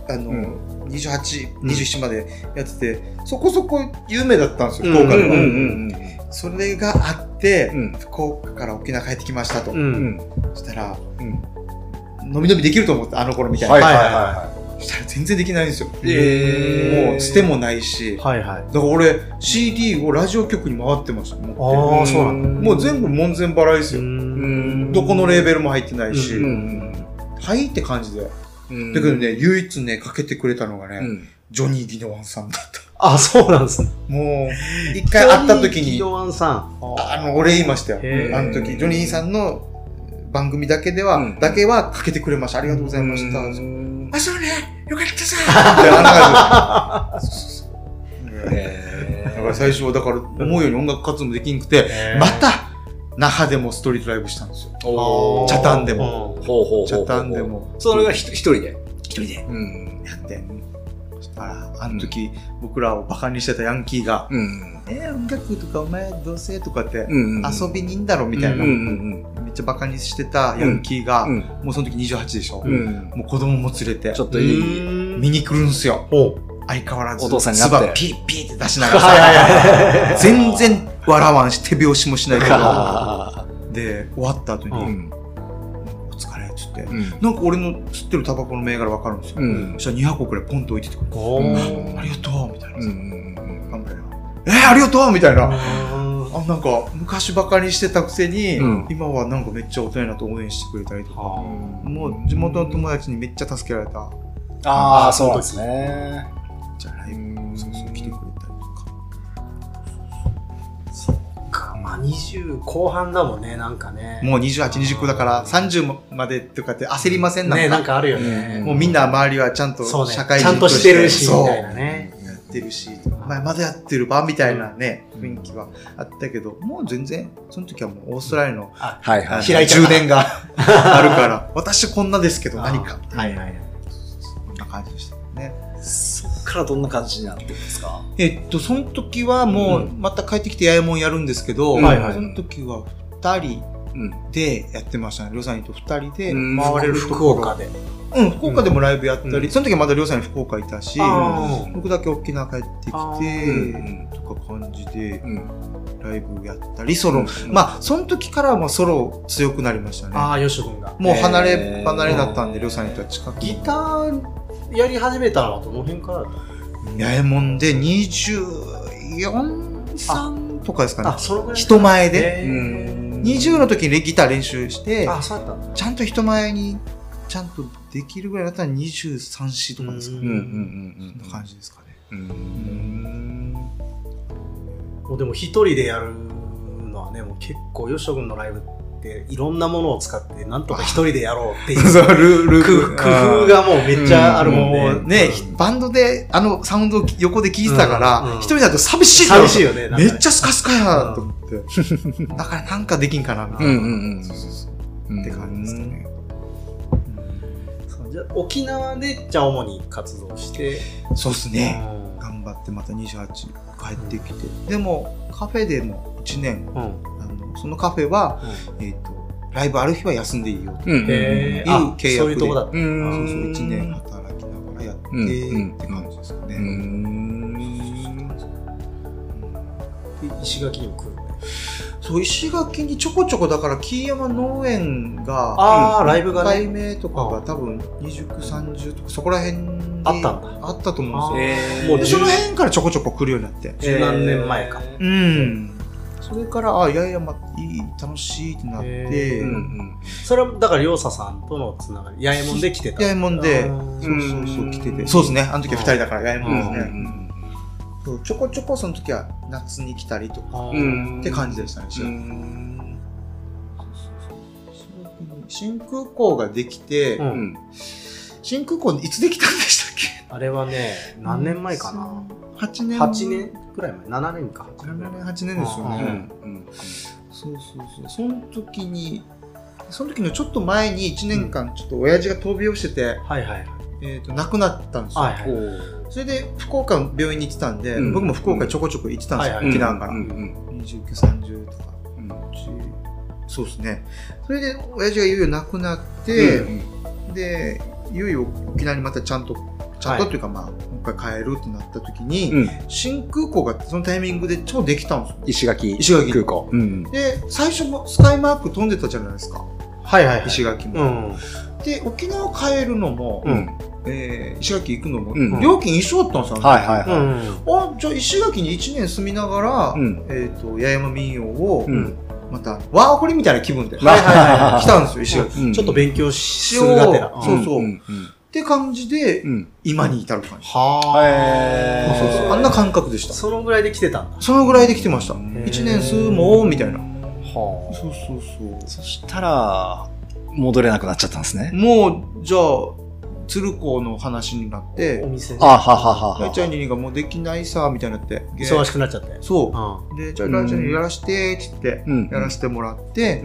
Speaker 1: あの、
Speaker 3: う
Speaker 1: 28、
Speaker 3: うん
Speaker 1: 27までやってて、そこそこ有名だったんですよ、
Speaker 2: うん
Speaker 1: 福岡では。
Speaker 2: うん
Speaker 1: それがあって、
Speaker 3: うん
Speaker 1: 福岡から沖縄帰ってきましたと。
Speaker 2: う。
Speaker 3: うんん
Speaker 1: そしたら、
Speaker 3: うん
Speaker 1: のびのびできると思って、あの頃みたいな。
Speaker 3: はい
Speaker 1: は
Speaker 3: はいい
Speaker 1: はい
Speaker 3: は
Speaker 1: そしたら全然できないんですよ。
Speaker 3: いえー
Speaker 1: もう、捨てもないし。だか
Speaker 2: はいはい。
Speaker 1: ら俺、CD をラジオ局に回ってました。持って
Speaker 2: ああ、そうなんだ。
Speaker 1: もう全部門前払いですよ。
Speaker 2: ん
Speaker 1: どこのレーベルも入ってないし、
Speaker 3: い
Speaker 2: うん
Speaker 1: はいって感じで。だ
Speaker 3: うん
Speaker 1: けどね、唯一ね、かけてくれたのがね、
Speaker 3: うん
Speaker 1: ジョニー・ギノワンさんだった。
Speaker 2: あ、そうなんですね。
Speaker 1: もう、一回会った時
Speaker 2: ジョニー
Speaker 1: に
Speaker 2: ギ、ドワンさん。
Speaker 1: あの、お礼言いましたよ。
Speaker 2: へー
Speaker 1: あの時、ジョニーさんの番組だけでは、
Speaker 3: うん
Speaker 1: だけはかけてくれました。ありがとうございました。
Speaker 3: うん
Speaker 1: あ、そうね。よかったさ。ってあの感じそうそうそうねだから最初は、だから、思うように音楽活動もできんくて、また、那覇でもストリートライブしたんですよ。
Speaker 3: おー
Speaker 1: チャタンでも。
Speaker 3: ほうほうほう
Speaker 1: チャタンでも。
Speaker 3: それが一人で
Speaker 1: 一人で
Speaker 3: うん
Speaker 1: やって。そしたら、あの時、僕らをバカにしてたヤンキーが、
Speaker 3: うん
Speaker 1: えー、音楽とかお前どうせとかって、
Speaker 3: うん
Speaker 1: 遊びにいいんだろみたい
Speaker 3: うん
Speaker 1: な、
Speaker 3: うん
Speaker 1: めっちゃバカにしてたヤンキーが、
Speaker 3: うん
Speaker 1: もうその時28でしょ、
Speaker 3: うん
Speaker 1: もう子供も連れて
Speaker 3: ちょっと
Speaker 2: う
Speaker 3: いい
Speaker 2: ん
Speaker 1: 見に来るんすよ
Speaker 2: ほ
Speaker 1: 相変わらず
Speaker 3: お父さんになって
Speaker 1: 唾ピーピーって出し ながらさ全然笑わんし手拍子も しないけどで終わった後に
Speaker 2: う
Speaker 3: う
Speaker 1: 「
Speaker 3: ん
Speaker 1: お疲れ」っつって、
Speaker 3: うん
Speaker 1: なんか俺の吸ってるタバコの銘柄わかるんですよ、
Speaker 3: うん
Speaker 1: そしたら200個くらいポンと置いててくれて
Speaker 2: う。ほ
Speaker 3: うん
Speaker 1: ありがとう」みたいな
Speaker 3: う
Speaker 1: さ、
Speaker 3: ん
Speaker 1: 頑張れよえー、ありがとうみたいな、
Speaker 2: う。
Speaker 1: あなんか昔バカにしてたくせに、
Speaker 3: うん
Speaker 1: 今はなんかめっちゃ大人になって応援してくれたりとか、もう地元の友達にめっちゃ助けられた
Speaker 3: ああそうなんですね
Speaker 1: じゃあライブそうそう来てくれたりとか
Speaker 2: まあ、20後半だもんね、なんかね。
Speaker 1: もう2820個だから30までとかって焦りませんなんか,、
Speaker 2: ね、なんかあるよね。
Speaker 1: もうみんな周りはちゃんと
Speaker 2: そうね。
Speaker 1: 社会
Speaker 2: ち
Speaker 1: 人
Speaker 2: ゃんとしてるし、
Speaker 1: そう
Speaker 2: みたい
Speaker 1: や
Speaker 2: なね。
Speaker 1: ってるし、まあ、まだやってるばみたいなね雰囲気はあったけどもう全然その時はもうオーストラリアの
Speaker 3: はい
Speaker 1: あ
Speaker 3: は
Speaker 1: の
Speaker 3: い
Speaker 2: 開いちゃった
Speaker 1: 充 電があるから私こんなですけど何かみたいな
Speaker 3: はいはい
Speaker 1: そんな感じでしたね
Speaker 3: そっからどんな感じになってるんですか
Speaker 1: えっと、その時はもう、また帰ってきて八重門やるんですけど、
Speaker 3: うんはいはい
Speaker 1: その時は二人
Speaker 3: うん
Speaker 1: でやってましたね。りょうさんと二人で
Speaker 3: うん
Speaker 1: 回れると
Speaker 2: 福
Speaker 1: ころ。
Speaker 2: 岡で。
Speaker 1: うん、福岡でもライブやったり、
Speaker 2: うん
Speaker 1: その時はまだりょうさん福岡いたし、
Speaker 2: あー
Speaker 1: 僕だけ沖縄帰って
Speaker 2: あ
Speaker 1: き
Speaker 3: ー
Speaker 1: て、とか感じで
Speaker 3: うん
Speaker 1: ライブやったり、ソロ。まあ、その時からはまあソロ強くなりましたね。
Speaker 2: ああ、よし君が。
Speaker 1: もう離
Speaker 3: え
Speaker 1: れ
Speaker 3: ー
Speaker 1: 離れだったんで、りょうさんとは近く。
Speaker 2: ギターやり始めたのはどの辺からだっ
Speaker 1: 八重門で24、3とかですか
Speaker 2: た
Speaker 1: ね
Speaker 2: あ、。そのぐらい。
Speaker 1: 人前で。
Speaker 3: あ
Speaker 2: へー
Speaker 1: 20の時にギター練習して、
Speaker 2: あ、そうだったんだ。
Speaker 1: ちゃんと人前にちゃんとできるぐらいだったら23、4とかですか
Speaker 3: う
Speaker 1: ね。
Speaker 3: んうんうん
Speaker 1: そんな感じですかね。
Speaker 3: うん
Speaker 2: もうでも一人でやるのはね、もう結構、よし君のライブって、いろんなものを使って、なんとか一人でやろうっていう
Speaker 1: そう、ルル
Speaker 2: 工夫工夫がもうめっちゃあるもん
Speaker 1: も
Speaker 2: ね。
Speaker 1: うね、
Speaker 3: うん
Speaker 1: バンドであのサウンドを横で聞いてた
Speaker 2: う
Speaker 1: か
Speaker 2: んう
Speaker 1: ら、
Speaker 2: ん
Speaker 1: 一、人だと寂しい
Speaker 2: 寂しい
Speaker 1: い。
Speaker 2: よね。
Speaker 1: めっち
Speaker 2: ゃ。
Speaker 1: ゃスカスカやと思って。だからなんかできんかな、みたい
Speaker 3: うん
Speaker 1: な。
Speaker 3: うん
Speaker 1: そうそうそう
Speaker 3: うん
Speaker 1: って感じですかね。
Speaker 2: そうじゃあ沖縄で、じゃあ主に活動して。
Speaker 1: そうですね。頑張ってまた28帰ってきて。でも、カフェでも1年、
Speaker 2: うん。うん。
Speaker 1: あのそのカフェは、えっ、と、ライブある日は休んでいいよと。
Speaker 3: うんうん
Speaker 2: えー、
Speaker 1: いい
Speaker 2: あ、
Speaker 1: 契約で
Speaker 2: そういうとこだった。
Speaker 3: うん
Speaker 1: そうそう、1年働きながらやって、
Speaker 3: うんうん
Speaker 1: って感じですかね。
Speaker 3: うーん
Speaker 2: で石垣にも来るね。
Speaker 1: そう、石垣にちょこちょこだから、木山農園が、
Speaker 2: ああ、ライブ
Speaker 1: 1
Speaker 2: がね。
Speaker 1: 回目とかが多分29、30とか、そこら辺に
Speaker 2: あったんだ
Speaker 1: あったと思うんで
Speaker 3: えー
Speaker 2: もう
Speaker 1: すよ。
Speaker 2: 十
Speaker 1: でその辺からちょこちょこ来るようになって。
Speaker 2: 十何年前か
Speaker 3: えー
Speaker 1: うん。それから、あ、いやいや、ま、いい、楽しいってなって、
Speaker 2: えー
Speaker 3: うん
Speaker 2: それはだから、りょうささんとのつながり、八重門で来てた。
Speaker 1: 八重門で
Speaker 2: あー
Speaker 1: そうそうそう、
Speaker 3: うん
Speaker 1: 来てて。そうですね、あの時は2人だから、やいも
Speaker 3: うんん
Speaker 1: です
Speaker 3: う
Speaker 1: ね。
Speaker 3: ん
Speaker 1: そうちょこちょこその時は夏に来たりとか
Speaker 2: あ
Speaker 3: う
Speaker 2: ー
Speaker 3: ん
Speaker 1: って感じでしたね、石
Speaker 3: う
Speaker 1: 垣
Speaker 3: ん
Speaker 1: 新空港ができて、
Speaker 2: うん
Speaker 1: 新空港いつできたんでしたっけ
Speaker 2: あれはね、何年前かな。
Speaker 1: 8年
Speaker 2: 8年くらい前、7年か。
Speaker 1: 7年8年ですよ
Speaker 3: う
Speaker 1: ね、
Speaker 3: んうん
Speaker 1: そうそうそうその時にその時のちょっと前に1年間ちょっと親父が闘病してて、
Speaker 2: はいはいはい。
Speaker 1: えー、と亡くなったんですよ、
Speaker 2: はいはい
Speaker 1: それで福岡の病院に行ってたんで、
Speaker 3: うん
Speaker 1: 僕も福岡ちょこちょこ行ってたんですよ、
Speaker 2: うん
Speaker 1: 沖縄から、
Speaker 3: うんうん
Speaker 1: 2930とか
Speaker 3: うん
Speaker 1: そうですねそれで親父がいよいよ亡くなっ
Speaker 3: で
Speaker 1: て、でいよいよ沖縄にまたちゃんと、ちゃんとというか、まあ、今回帰るってなった時に、
Speaker 3: うん。
Speaker 1: 新空港がそのタイミングで超できたんですよ。
Speaker 3: 石垣。
Speaker 1: 石垣
Speaker 3: 空港。うん。
Speaker 1: で、最初もスカイマーク飛んでたじゃないですか。
Speaker 2: はいはい、はい。
Speaker 1: 石垣
Speaker 2: う
Speaker 1: も。
Speaker 2: ん。
Speaker 1: で、沖縄帰るのも、
Speaker 2: うん。
Speaker 1: えー石垣行くのも、
Speaker 3: うん
Speaker 1: 料金一緒だったんですよ。
Speaker 3: はいはいは
Speaker 2: うん。
Speaker 1: あ、じゃあ石垣に1年住みながら、
Speaker 3: い。うん。
Speaker 1: えっ、と、八重山民謡を
Speaker 3: う、 ん。
Speaker 1: また、ワーホリみたいな気分で、
Speaker 2: はいはいは い。
Speaker 1: 来たんですよ、石垣。
Speaker 3: うん
Speaker 2: ちょっと勉強し
Speaker 1: しよ
Speaker 2: す
Speaker 1: う
Speaker 2: るがてら。
Speaker 1: そうそう
Speaker 3: うん
Speaker 1: って感じで、
Speaker 3: うん。うん。
Speaker 1: 今に至る感じ。
Speaker 3: は
Speaker 1: そうそうあんな感覚でした。
Speaker 2: そのぐらいで来てたんだ。
Speaker 1: そのぐらいで来てました。
Speaker 3: ん
Speaker 1: 1年住もう、みたいな。
Speaker 2: は
Speaker 1: そうそうそ
Speaker 3: そしたら、戻れなくなっちゃったんです
Speaker 1: う。
Speaker 3: ね。
Speaker 1: もう、じゃあ、鶴光の話になっ
Speaker 2: お
Speaker 1: て、
Speaker 2: 店で
Speaker 3: あははは
Speaker 1: ライチャーニーがもうできないさ、みたいになって。
Speaker 2: 忙しくなっちゃって。
Speaker 1: そうう。
Speaker 2: ん。
Speaker 1: で、じゃあライチャーニーやらして、って言って、
Speaker 3: うん。
Speaker 1: やらせてもらって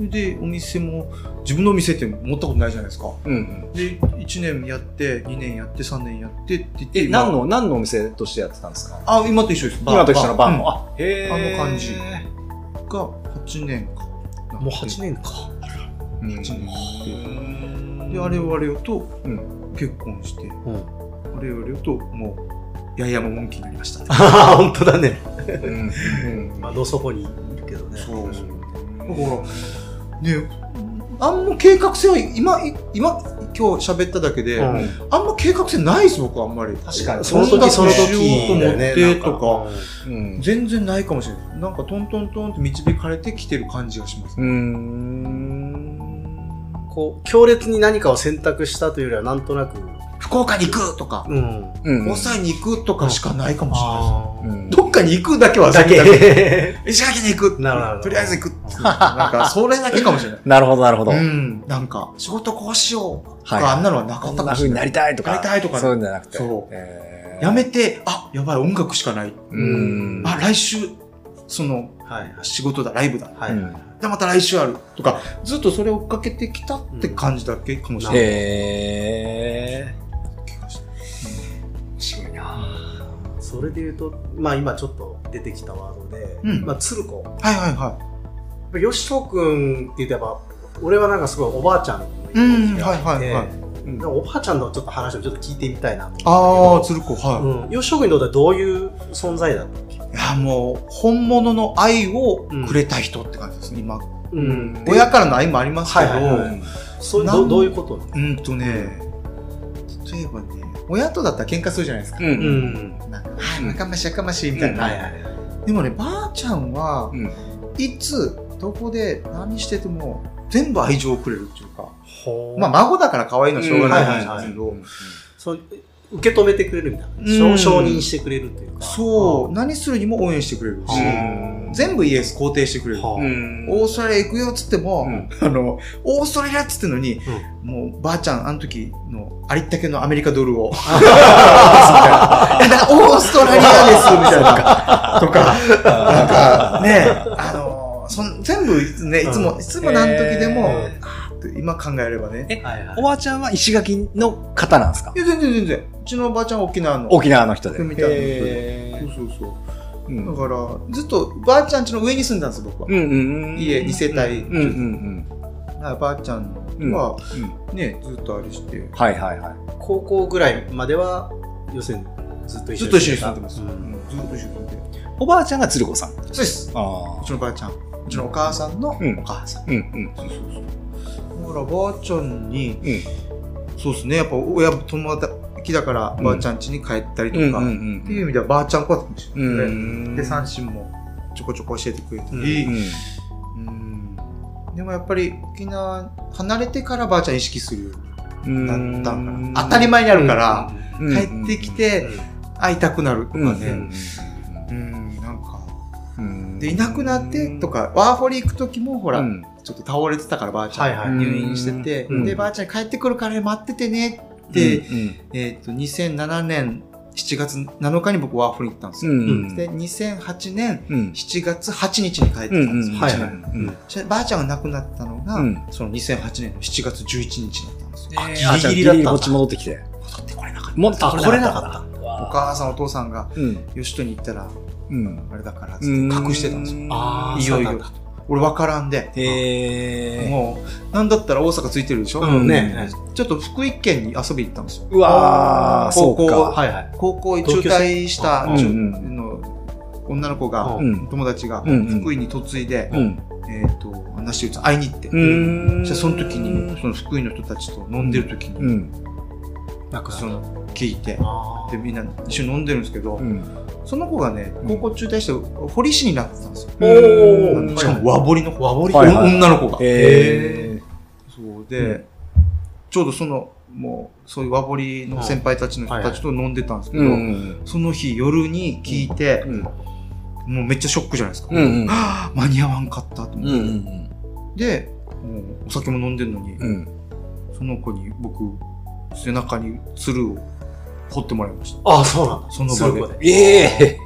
Speaker 3: う、ん。
Speaker 1: で、お店も、自分のお店って持ったことないじゃないですか。
Speaker 3: うん。
Speaker 1: で、1年やって、2年やって、3年やってって言って、
Speaker 3: え、
Speaker 1: 今
Speaker 3: 何の、何のお店としてやってたんですか
Speaker 1: あ、今と一緒です。
Speaker 3: 今と一緒のバー
Speaker 1: うん
Speaker 3: の。あ、へー
Speaker 1: あの感じが8年か。
Speaker 2: もう8年か。
Speaker 3: うん
Speaker 1: 八年で、あれよあれよと
Speaker 3: う
Speaker 1: 結婚して、
Speaker 2: うん。
Speaker 1: あれよあれよともう、八重山本気になりました、ね。
Speaker 2: ああ、 本当だね。
Speaker 3: うん うん
Speaker 2: まあ、どそこにいるけどね。
Speaker 1: そうそうだから、ね、あんま計画性は、今、い今、今日喋っただけで、
Speaker 2: うん
Speaker 1: あんま計画性ないです、僕あんまり。
Speaker 3: 確かに
Speaker 2: その時その時
Speaker 1: 音楽しようと思ってとか、
Speaker 3: うん
Speaker 1: 全然ないかもしれない。なんかトントントンって導かれてきてる感じがします。
Speaker 3: うーん。
Speaker 2: こう強烈に何かを選択したというよりはなんとなく、
Speaker 1: 福岡に行くとか、
Speaker 2: うん、
Speaker 3: うん
Speaker 1: 大阪に行くとかしかないかもしれないです。
Speaker 3: うん
Speaker 1: どっかに行くだけは
Speaker 2: だ
Speaker 1: 選択
Speaker 2: け
Speaker 1: 石垣に行く
Speaker 2: なるほど
Speaker 1: とりあえず行くなんか、それだけかもしれない。
Speaker 3: なるほど、なるほど。
Speaker 1: うん。なんか、仕事こうしようと
Speaker 3: はい
Speaker 1: か、あんなのはなか
Speaker 3: こ
Speaker 1: っ
Speaker 3: ん
Speaker 1: たか
Speaker 3: な
Speaker 1: もし
Speaker 3: 風
Speaker 1: れ
Speaker 3: に
Speaker 1: な。
Speaker 3: ないりたいとか。
Speaker 1: なりたいとか
Speaker 3: そういうんじゃなくて。
Speaker 1: そう
Speaker 3: えー
Speaker 1: やめて、あ、やばい、音楽しかない。
Speaker 3: うん。
Speaker 1: あ、来週、その、
Speaker 2: はいはい
Speaker 1: 仕事だ、ライブだ。
Speaker 2: はい、
Speaker 3: うん
Speaker 1: じゃあまた来週ある。とか、ずっとそれを追っかけてきたって感じだけかもしれない。
Speaker 3: へえ。面白いな
Speaker 2: それで言うとまあ今ちょっと出てきたワードで、
Speaker 1: うん
Speaker 2: まあ、鶴子やっ
Speaker 1: はいはいは
Speaker 2: ぱ吉藤君って言えば俺はなんかすごいおばあちゃんのイメージがあって
Speaker 1: うんはいはいはい
Speaker 2: うん
Speaker 1: い。
Speaker 2: でもおばあちゃんのちょっと話をちょっと聞いてみたいなと思ったけど
Speaker 1: あー、鶴子、は
Speaker 2: うん、吉藤君にとってはどういう存在だったっけ、
Speaker 1: い。いや、もう、本物の愛をくれた人って感じですね、今。
Speaker 2: う
Speaker 3: で
Speaker 1: 親からの愛もありますけど、
Speaker 2: はいはいはいそういう
Speaker 1: なん
Speaker 2: どどういうことなの
Speaker 1: うんとね、例えばね、親とだったら喧嘩するじゃないですか。
Speaker 3: うんうん
Speaker 1: なんか、あーやかましいやかましいみたいな。
Speaker 2: はいはいはい
Speaker 1: でもね、ばあちゃんは、
Speaker 3: うん
Speaker 1: いつ、どこで何してても、全部愛情をくれるっていうか、
Speaker 2: ほー
Speaker 1: まあ孫だから可愛いのはしょうがない
Speaker 2: うん
Speaker 1: か
Speaker 2: はい
Speaker 1: も
Speaker 2: は
Speaker 1: し
Speaker 2: い
Speaker 1: れ
Speaker 2: はい
Speaker 1: ないけど、
Speaker 2: そう受け止めてくれるみたいな、
Speaker 1: う
Speaker 2: 承
Speaker 1: ん
Speaker 2: 承認してくれるというか
Speaker 1: そう、何するにも応援してくれるし、
Speaker 2: うん
Speaker 1: 全部イエス肯定してくれる。
Speaker 2: はあ
Speaker 3: うん
Speaker 1: オーストラリア行くよっつっても、
Speaker 3: うん
Speaker 1: あの、オーストラリアっつってんのに、もうばあちゃん、あの時のありったけのアメリカドルを、 いやだからオーストラリアです、みた いな。とか、なんか、ね、あの、そん全部ね、いつも、いつも何時でも
Speaker 3: へー、
Speaker 1: あーって今考えればね。
Speaker 2: はいはい
Speaker 3: おばあちゃんは石垣の方なんですか
Speaker 1: いや、全然全然。うちのばあちゃんは沖縄の。
Speaker 3: 沖縄の人で。
Speaker 1: みたいな人で
Speaker 3: へ
Speaker 1: そう
Speaker 3: ー
Speaker 1: そうそうう。
Speaker 3: ん
Speaker 1: だから、ずっとばあちゃん家の上に住んだんです、僕は。
Speaker 3: うんうんうん
Speaker 1: 家、2世帯。
Speaker 3: うんうん
Speaker 1: だからばあちゃん
Speaker 3: うん。
Speaker 1: は
Speaker 3: うんうん
Speaker 1: ね、ずっとあれして。
Speaker 3: はいはいはい。
Speaker 2: 高校ぐらいまでは要するにずっと一緒
Speaker 1: ずっと一緒に住んでます。
Speaker 2: う
Speaker 1: うん
Speaker 2: ん
Speaker 1: ずっと一緒に住んで。
Speaker 3: おばあちゃんが鶴子さん。
Speaker 1: そうです。
Speaker 3: あ
Speaker 1: うちのばあちゃん。うちのお母さんの
Speaker 3: うん
Speaker 1: お母さん。
Speaker 3: うんうん。
Speaker 1: そうそうそう。だからばあちゃんに、
Speaker 3: うん
Speaker 1: そうですね、やっぱ親も友達だから、
Speaker 3: うん
Speaker 1: ばあちゃん家に帰ったりと
Speaker 3: うんうん
Speaker 1: か、
Speaker 3: う
Speaker 1: っ
Speaker 3: ん。
Speaker 1: ていう意味ではばあちゃん子だったかもしれないですね。
Speaker 3: ん
Speaker 1: で、三振もちょこちょこ教えてくれた
Speaker 3: う
Speaker 1: り、
Speaker 3: ん
Speaker 1: うんでもやっぱり沖縄離れてからばあちゃん意識するよ
Speaker 3: う
Speaker 1: う
Speaker 3: ん
Speaker 1: になったんかな。当たり前にあるから、帰ってき
Speaker 2: う
Speaker 1: て
Speaker 2: ん
Speaker 1: 会いたくなるとか
Speaker 3: うん
Speaker 1: ね。うん、なんか。
Speaker 3: うん
Speaker 1: で、いなくなってとか、ワーホリ行く時もほら、
Speaker 3: うん
Speaker 1: ちょっと倒れてたからばあちゃん、
Speaker 2: はいはい
Speaker 1: 入院してて、
Speaker 2: うん
Speaker 1: でばあちゃん帰ってくるから待っててねって、
Speaker 3: うん
Speaker 1: えっと2007年7月7日に僕ワーホリ行ったんです
Speaker 3: う
Speaker 1: よ、
Speaker 3: ん
Speaker 1: で2008年
Speaker 3: うん
Speaker 1: 7月8日に帰ってきた
Speaker 3: うん
Speaker 1: で
Speaker 3: ん
Speaker 1: すよ、
Speaker 2: はい
Speaker 1: 一
Speaker 2: はい
Speaker 1: 年じゃあばあちゃんが亡くなったのが、
Speaker 3: うん
Speaker 1: その2008年の7月11日だったんですよ、
Speaker 2: えー
Speaker 3: あ
Speaker 2: あ
Speaker 3: じ
Speaker 2: じ
Speaker 3: ゃ
Speaker 2: ゃ
Speaker 3: あ
Speaker 2: あギ
Speaker 3: ギリ
Speaker 2: リ
Speaker 3: ギ
Speaker 2: だ
Speaker 3: リ
Speaker 2: っ
Speaker 3: 持
Speaker 2: た
Speaker 3: ち戻ってきて。
Speaker 1: 戻ってこれなかった
Speaker 3: もっと
Speaker 2: あ
Speaker 3: 来
Speaker 2: 来
Speaker 3: れ
Speaker 2: れ
Speaker 3: な
Speaker 2: な
Speaker 3: か
Speaker 2: か
Speaker 3: っ。
Speaker 2: った
Speaker 1: お
Speaker 3: わ
Speaker 1: 母さんお父さんが
Speaker 3: うん。
Speaker 1: よしとに行ったら
Speaker 3: うん。
Speaker 1: あれだからっつって隠してたんですよ
Speaker 2: あー
Speaker 1: いよいよ
Speaker 2: そうなんだ
Speaker 1: 俺分からんで。
Speaker 3: へえ。
Speaker 1: もう、なんだったら大阪ついてるでしょ、
Speaker 3: うん
Speaker 1: ね。ちょっと福井県に遊び行ったんですよ。
Speaker 3: うわー、そ
Speaker 1: 高校、
Speaker 3: うか。
Speaker 1: はいはい。高校中退した、
Speaker 3: 東京う
Speaker 1: ちょ
Speaker 3: ん
Speaker 1: の女の子が、
Speaker 2: う
Speaker 3: うん。
Speaker 1: 友達が、
Speaker 3: うんうん
Speaker 1: 福井に嫁いで、
Speaker 3: うん。
Speaker 1: えっ、と、話を会いに行って。
Speaker 3: うん。
Speaker 1: じゃあその時に、その福井の人たちと飲んでる時に、
Speaker 3: うん。
Speaker 2: なく
Speaker 1: そ
Speaker 2: そ
Speaker 1: の、聞いて、
Speaker 2: あ
Speaker 1: で、みんな一緒に飲んでるんですけど、
Speaker 3: うん。
Speaker 1: その子がね、高校中退して、堀市になってたんですよ。
Speaker 3: お
Speaker 2: うん
Speaker 1: しかも和彫りの、和彫り、
Speaker 3: はいはい
Speaker 1: 女の子が。
Speaker 3: へえ。
Speaker 1: そうで、ちょうどその、もう、そういう和彫りの先輩たちの人たちと飲んでたんですけど、
Speaker 3: うん。
Speaker 1: その日夜に聞いて、
Speaker 3: うん。
Speaker 1: もうめっちゃショックじゃないですか。
Speaker 3: うんうん
Speaker 1: はぁ間に合わんかったと思って。
Speaker 3: うん。
Speaker 1: で、もうお酒も飲んでるのに、
Speaker 3: うん。
Speaker 1: その子に僕、背中に鶴を掘ってもらいました。
Speaker 2: あ、そうなんだ。
Speaker 1: その
Speaker 2: そう
Speaker 1: 場で
Speaker 2: いうことで。
Speaker 3: ええ。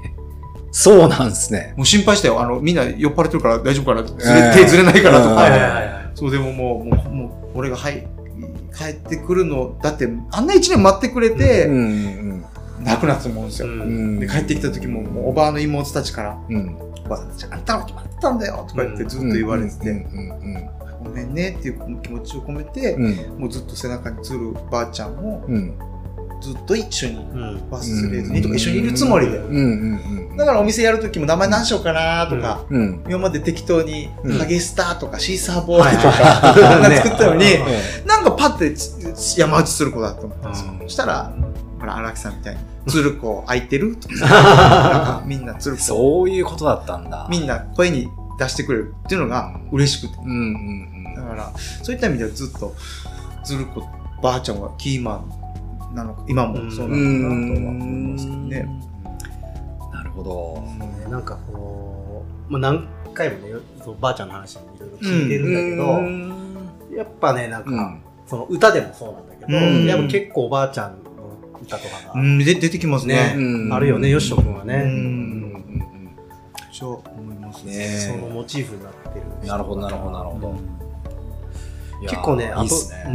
Speaker 3: そうなんですね。
Speaker 1: もう心配したよ。あの、みんな酔っ払ってるから大丈夫かな、ず
Speaker 3: え
Speaker 1: れ
Speaker 3: え
Speaker 1: 手ずれないかなと
Speaker 3: うん
Speaker 1: か。
Speaker 2: はいはいはいはい。
Speaker 1: そう、でももう、もう、もう俺が、はい、帰ってくるの、だって、あんな一年待ってくれて、
Speaker 3: うん。
Speaker 1: 亡くなったと思うんです
Speaker 2: う
Speaker 1: よ。
Speaker 3: うんん。
Speaker 1: で、帰ってきた時も、もうおばあの妹たちから、
Speaker 3: うん。
Speaker 1: おばあたち、あんたの決まったんだよとか言って
Speaker 2: うん
Speaker 1: ずっと言われてて、
Speaker 3: うん。
Speaker 1: ごめんねっていう気持ちを込めて、
Speaker 3: うん。
Speaker 1: もうずっと背中につるばあちゃんも
Speaker 3: うん。
Speaker 1: ずっと一緒に
Speaker 2: うん。
Speaker 1: 忘れずにとか一緒にいるつもりで。
Speaker 3: うん。うん。
Speaker 1: だからお店やる時も名前何しようかなとか、
Speaker 3: うん。
Speaker 1: 今まで適当に
Speaker 3: うん
Speaker 1: ハゲスターとかシーサーボーイとか、
Speaker 2: はいはい
Speaker 1: なんか作ったのに、
Speaker 2: ね
Speaker 1: なんかパッてつ山内つる子だと思ったんですよ。
Speaker 2: うん
Speaker 1: そしたら、ほら、荒木さんみたいに、つる子空いてる とか、なんかみんなつる子、
Speaker 3: そういうことだったんだ。
Speaker 1: みんな声に出してくれるっていうのが嬉しくて。
Speaker 3: うんうん
Speaker 1: だから、そういった意味ではずっと、ずる子、ばあちゃんはキーマンなのか、今もそう
Speaker 3: う
Speaker 1: なのかなとは思い
Speaker 3: ん
Speaker 1: ますけどね。。
Speaker 3: なるほど。
Speaker 2: ねなんかこう、まあ、何回もね、そうばあちゃんの話もいろいろ聞いてるんだけど、やっぱね、なんか、その歌でもそうなんだけど、
Speaker 1: うん
Speaker 2: やっぱ結構おばあちゃんの歌とか
Speaker 1: う
Speaker 2: が
Speaker 1: ん、で出てきますね。
Speaker 2: ねあるよね、よしとくんは
Speaker 1: う
Speaker 2: ね、
Speaker 1: ん、そう思いますね。
Speaker 3: ね
Speaker 2: そのモチーフになってる。
Speaker 3: なるほど、なるほど、なるほど。いいっすね。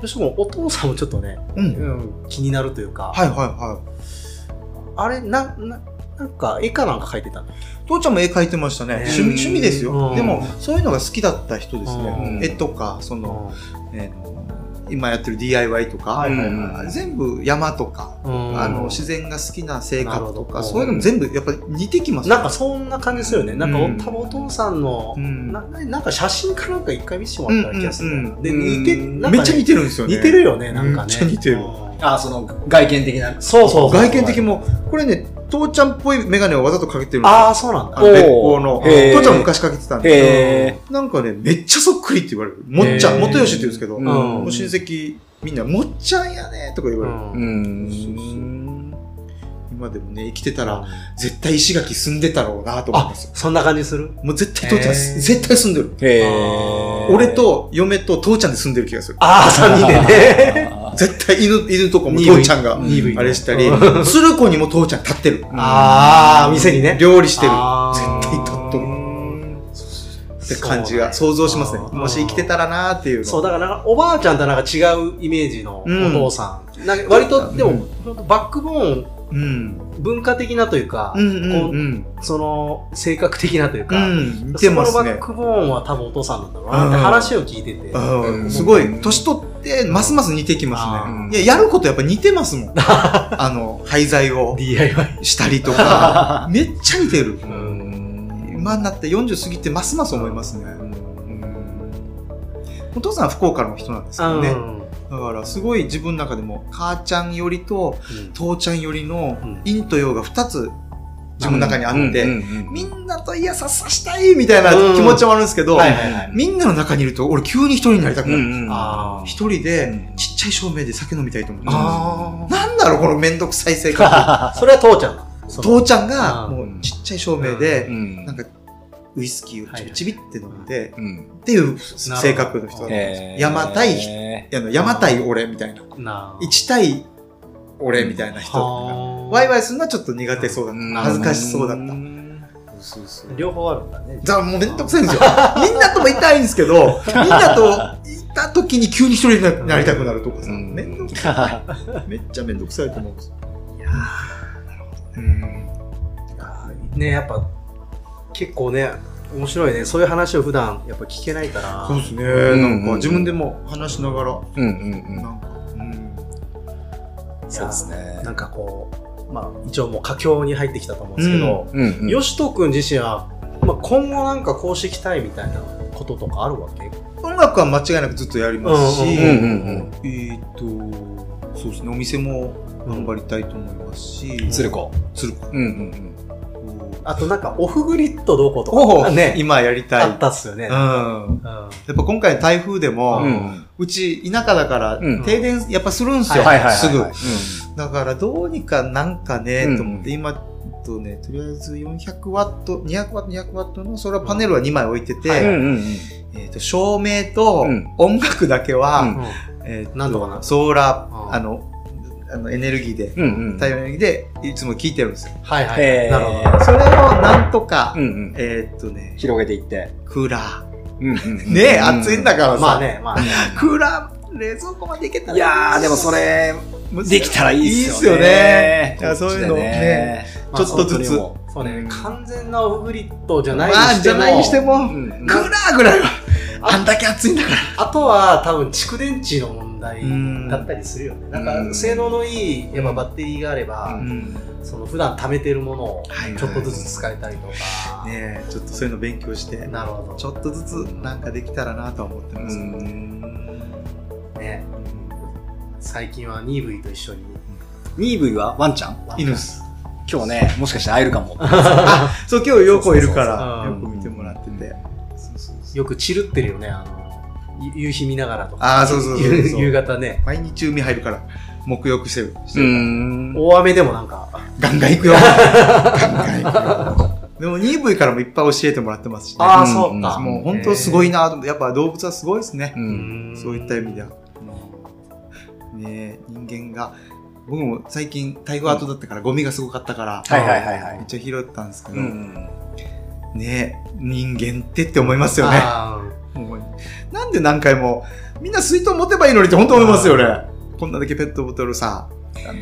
Speaker 2: よしとくん、お父さんもちょっとね、
Speaker 1: うん。
Speaker 2: うん気になるというか、
Speaker 1: はいはいはい。
Speaker 2: あれ、な、な、なんか絵かなんか描いてたの
Speaker 1: 父ちゃんも絵描いてました
Speaker 2: ね
Speaker 1: ね。趣味趣味ですよ。
Speaker 2: うん
Speaker 1: でも、そういうのが好きだった人です
Speaker 3: う
Speaker 1: ね
Speaker 3: ん。
Speaker 1: 絵とか、その、
Speaker 2: の
Speaker 1: えー今やってる DIY とか
Speaker 2: はい
Speaker 3: はいは、い
Speaker 1: 全部山とか、あの、自然が好きな性格と
Speaker 2: なるほど
Speaker 1: か、そういうのも全部やっぱり似てきます
Speaker 2: なんかそんな感じするよね。なんかお、
Speaker 3: うん
Speaker 2: 多分お父さんの、
Speaker 1: うん
Speaker 2: ななんか写真かなんか一回見せてもらったような気がするんだよ
Speaker 3: うんうんうん
Speaker 2: ね。で、似て、
Speaker 3: うん
Speaker 2: なんかね
Speaker 1: めっちゃ似てるんですよね。
Speaker 2: 似てるよね、なんかね。
Speaker 1: めっちゃ似てる
Speaker 2: うん
Speaker 3: あ、その外見的な。
Speaker 2: そうそうそう。
Speaker 1: 外見的にも、これね、父ちゃんっぽいメガネをわざとかけてるんですよ。
Speaker 2: ああ、そうなんだ。
Speaker 3: お
Speaker 1: あの、
Speaker 3: ー
Speaker 1: 別行の。
Speaker 3: へー
Speaker 1: 父ちゃんも昔かけてたんで。
Speaker 3: へ
Speaker 1: なんかね、めっちゃそっくりって言われる。もっちゃ
Speaker 3: へ
Speaker 1: ん、
Speaker 3: ー
Speaker 1: 元吉って言うんですけど、
Speaker 3: うん
Speaker 1: もう親戚みんな、もっちゃんやねとか言われる。
Speaker 3: う
Speaker 2: うん
Speaker 3: ん。
Speaker 1: 今でもね、生きてたら、絶対石垣住んでたろうなと思い
Speaker 2: あ
Speaker 1: ま、すよ。
Speaker 2: そんな感じする
Speaker 1: もう絶対父ちゃ
Speaker 3: へ
Speaker 1: ん、
Speaker 3: ー
Speaker 1: 絶対住んでる。
Speaker 3: へ
Speaker 1: 俺、 と嫁と父ちゃんで住んでる気がする。
Speaker 2: ああ、三人で ね。
Speaker 1: 絶対犬、犬とかも
Speaker 2: 鈍い
Speaker 1: 父ちゃんが、
Speaker 3: 鈍い
Speaker 1: あれしたり
Speaker 2: う、
Speaker 1: 鶴子にも父ちゃん立ってる。
Speaker 2: ああ、店にね。
Speaker 1: 料理してる。
Speaker 2: あー
Speaker 1: 絶対立っとる。って感じが
Speaker 2: そう
Speaker 1: 想像しますね。
Speaker 2: あー
Speaker 1: もし生きてたらなーっていうの。
Speaker 2: そう、だからなんかおばあちゃんとはなんか違うイメージのお父さん。なんか割と、でも、バックボーン
Speaker 1: うん。
Speaker 2: 文化的なというか、
Speaker 1: うんうん
Speaker 2: こ
Speaker 1: うん。
Speaker 2: うその性格的なという
Speaker 1: う
Speaker 2: か、
Speaker 1: ん。似てま
Speaker 2: そのバ
Speaker 1: す
Speaker 2: ッ
Speaker 1: ね。
Speaker 2: クボーンは多分お父さんなんだろうなって
Speaker 1: うん
Speaker 2: 話を聞いてて、
Speaker 1: うんすごい、年取って、ますます似てきます
Speaker 3: あ
Speaker 1: ね。
Speaker 3: ー
Speaker 1: いや、やることやっぱ似てま すもん。あの、廃材を
Speaker 2: DIY。
Speaker 1: したりと か、めっちゃ似てる。
Speaker 3: うん。
Speaker 1: 今になって40過ぎて、ますます思いますね。お父さんは福岡の人なんですけどね。だから、すごい自分の中でも、母ちゃんよりと、父ちゃんよりの
Speaker 2: うん、
Speaker 1: 陰と陽が2つ、 自分の中にあって、み
Speaker 3: みん
Speaker 1: んなといやささしたいみたいな気持ちもあるんですけど、
Speaker 2: うんはいはいはい
Speaker 1: みんなの中にいると俺急に一人になりたくなる。
Speaker 2: あー
Speaker 1: 一人で
Speaker 3: うん
Speaker 1: ちっちゃい照明で酒飲みたいと思っちゃ
Speaker 3: あ
Speaker 1: う。なんだろうこのめんどくさい性格。
Speaker 2: それは父ちゃんだ。 その
Speaker 1: 父ちゃんが
Speaker 2: うん
Speaker 1: もうちっちゃい照明で、
Speaker 3: ん
Speaker 1: なんかウイスキーをちびちびって飲んで、
Speaker 3: うん。
Speaker 1: っていう性格の人なんですよ。山対人、
Speaker 3: 人。
Speaker 1: あの山対俺みたいな。
Speaker 2: な
Speaker 1: 一対俺みたいな人。ワ
Speaker 2: ワ
Speaker 1: イ
Speaker 2: イ
Speaker 1: ワ
Speaker 2: ワイ
Speaker 1: イするのはちょっと苦手そうだった。恥ずかしそうだった。そうそう
Speaker 2: 両方あるんだね。
Speaker 1: だからもうめんどくさいんですよ。 みんなともいたいんですけど、みんなといた時に急に一人になりたくなるとかさ、
Speaker 3: うん
Speaker 1: めんどくさ
Speaker 3: た。
Speaker 1: い。めっちゃめんどくさいと思うんですよ。
Speaker 2: いやー
Speaker 1: うん。
Speaker 2: ねやっぱ結構ね面白いねそういう話を普段やっぱ聞けないから
Speaker 1: そうですね、
Speaker 3: ん
Speaker 1: な
Speaker 3: うん
Speaker 1: んか自分でも話しながら、
Speaker 3: うんうん
Speaker 1: なんか、うん、
Speaker 3: うん。そうですね。
Speaker 2: なんかこうまあ一応もう佳境に入ってきたと思うんですけど、
Speaker 3: うんうん。
Speaker 2: よしと君自身は、まあ、今後なんかこうしていきたいみたいなこととかあるわけ
Speaker 1: 音楽は間違いなくずっとやりますし、
Speaker 3: うんうんうん
Speaker 1: えーっ、とそうですねお店も頑張りたいと思いますし、
Speaker 3: 鶴子。
Speaker 1: 鶴子
Speaker 3: うんうんうん。
Speaker 2: あとなんかオフグリッドどうこうとか
Speaker 1: を、
Speaker 2: ね
Speaker 1: 今やりたい、
Speaker 2: あったっすよね、
Speaker 1: うん、やっ
Speaker 2: うん
Speaker 1: ぱ今回の台風でも、
Speaker 3: う
Speaker 1: うん
Speaker 3: うん。
Speaker 1: ち田舎だから
Speaker 3: うん
Speaker 1: 停電やっぱするんですよ、
Speaker 3: はいはいはいはい。
Speaker 1: す
Speaker 3: う
Speaker 1: ぐ
Speaker 3: ん
Speaker 1: だからどうにかなんかね、
Speaker 3: うん
Speaker 1: と思って今えっとね、とりあえず400ワット、200ワット、200ワットのソーラーパネルは2枚置いてて、
Speaker 2: はい
Speaker 3: うんうん
Speaker 1: えっと照明と
Speaker 3: うん
Speaker 1: 音楽だけは、
Speaker 3: うん
Speaker 1: えーと
Speaker 2: なんとかな
Speaker 1: ソーラ
Speaker 2: あ
Speaker 1: ー、
Speaker 2: ー
Speaker 1: あの、あのエネルギーで、
Speaker 3: うん。うんうん。
Speaker 1: 太陽のエネルギーでいつも聞いてるんですよ。
Speaker 2: はいはい、
Speaker 3: えー
Speaker 2: なるほど
Speaker 1: それをなんとか、
Speaker 3: うんうん。
Speaker 1: えーっとね、
Speaker 3: 広げていって。
Speaker 1: クーラー。
Speaker 3: うんうん。
Speaker 1: ねえ、暑いんだ
Speaker 3: か
Speaker 1: からさ。
Speaker 2: まあねまあね
Speaker 1: クーラー、冷蔵庫までいけたら
Speaker 3: いやー、でもそ、れ、できたらいいっすよ
Speaker 1: い
Speaker 3: ね
Speaker 1: いっすよね。いやそういうのね
Speaker 2: まあ
Speaker 1: ちょっとずつ。
Speaker 3: 本
Speaker 2: そう
Speaker 3: う
Speaker 2: ね
Speaker 3: ん
Speaker 2: 完全なオフグリッドじゃ
Speaker 1: ま
Speaker 2: ないに
Speaker 1: あ、
Speaker 2: しても,、
Speaker 1: じゃないにして
Speaker 3: 当
Speaker 1: も、
Speaker 3: にもう。
Speaker 1: クーラーぐらいは、あんだけ暑いんだから。
Speaker 2: あとは多分蓄電池の問題
Speaker 1: うん
Speaker 2: だったりするよねなん
Speaker 3: うん
Speaker 2: か性能のいいやっぱバッテリーがあれば、
Speaker 1: うん
Speaker 2: その普段貯めてるものを
Speaker 1: はいはい
Speaker 2: ちょっとずつ使えたりとか、
Speaker 1: ねえ、ちょっとそういうの勉強して、
Speaker 2: なるほど
Speaker 1: ちょっとずつなんかできたらなとは思ってますけどね。
Speaker 2: ね最近はニーブイと一緒に
Speaker 3: ニーブイはワンちゃん
Speaker 1: 犬っす。
Speaker 3: 今日ね、もしかして会えるかも。
Speaker 1: そう、今日陽子いるから、
Speaker 2: そうそうそう
Speaker 1: よく見てもらってて。そうそうそう
Speaker 2: よく散るってるよねあのゆ夕日見ながらとか
Speaker 1: ああ、そうそうそう
Speaker 2: ゆ
Speaker 1: そ う。
Speaker 2: 夕方ね
Speaker 1: 毎日海入るから、沐浴してる。してる
Speaker 3: ん
Speaker 2: 大雨でもなんか
Speaker 1: ガンガン 行くよ。ガンガン行くよ。でも 2V からもいっぱい教えてもらってますしね。
Speaker 2: ああ
Speaker 3: うん
Speaker 2: そうか、
Speaker 3: ー
Speaker 1: もう本当すごいなと思ってやっぱ動物はすごいですね
Speaker 3: う。。
Speaker 2: うんん
Speaker 1: そういった意味では。ねえ人間が、僕も最近台風後だったからゴミがすごかったから、
Speaker 3: はいはいはいは
Speaker 1: めっ
Speaker 3: い。
Speaker 1: ちゃ拾ったんですけど、
Speaker 3: うん。
Speaker 1: ねえ人間ってって思いますよね。
Speaker 2: あー
Speaker 1: もうなんで何回も、みんな水筒持てばいいのにって本当思いますよね。こんなだけペットボトルさ、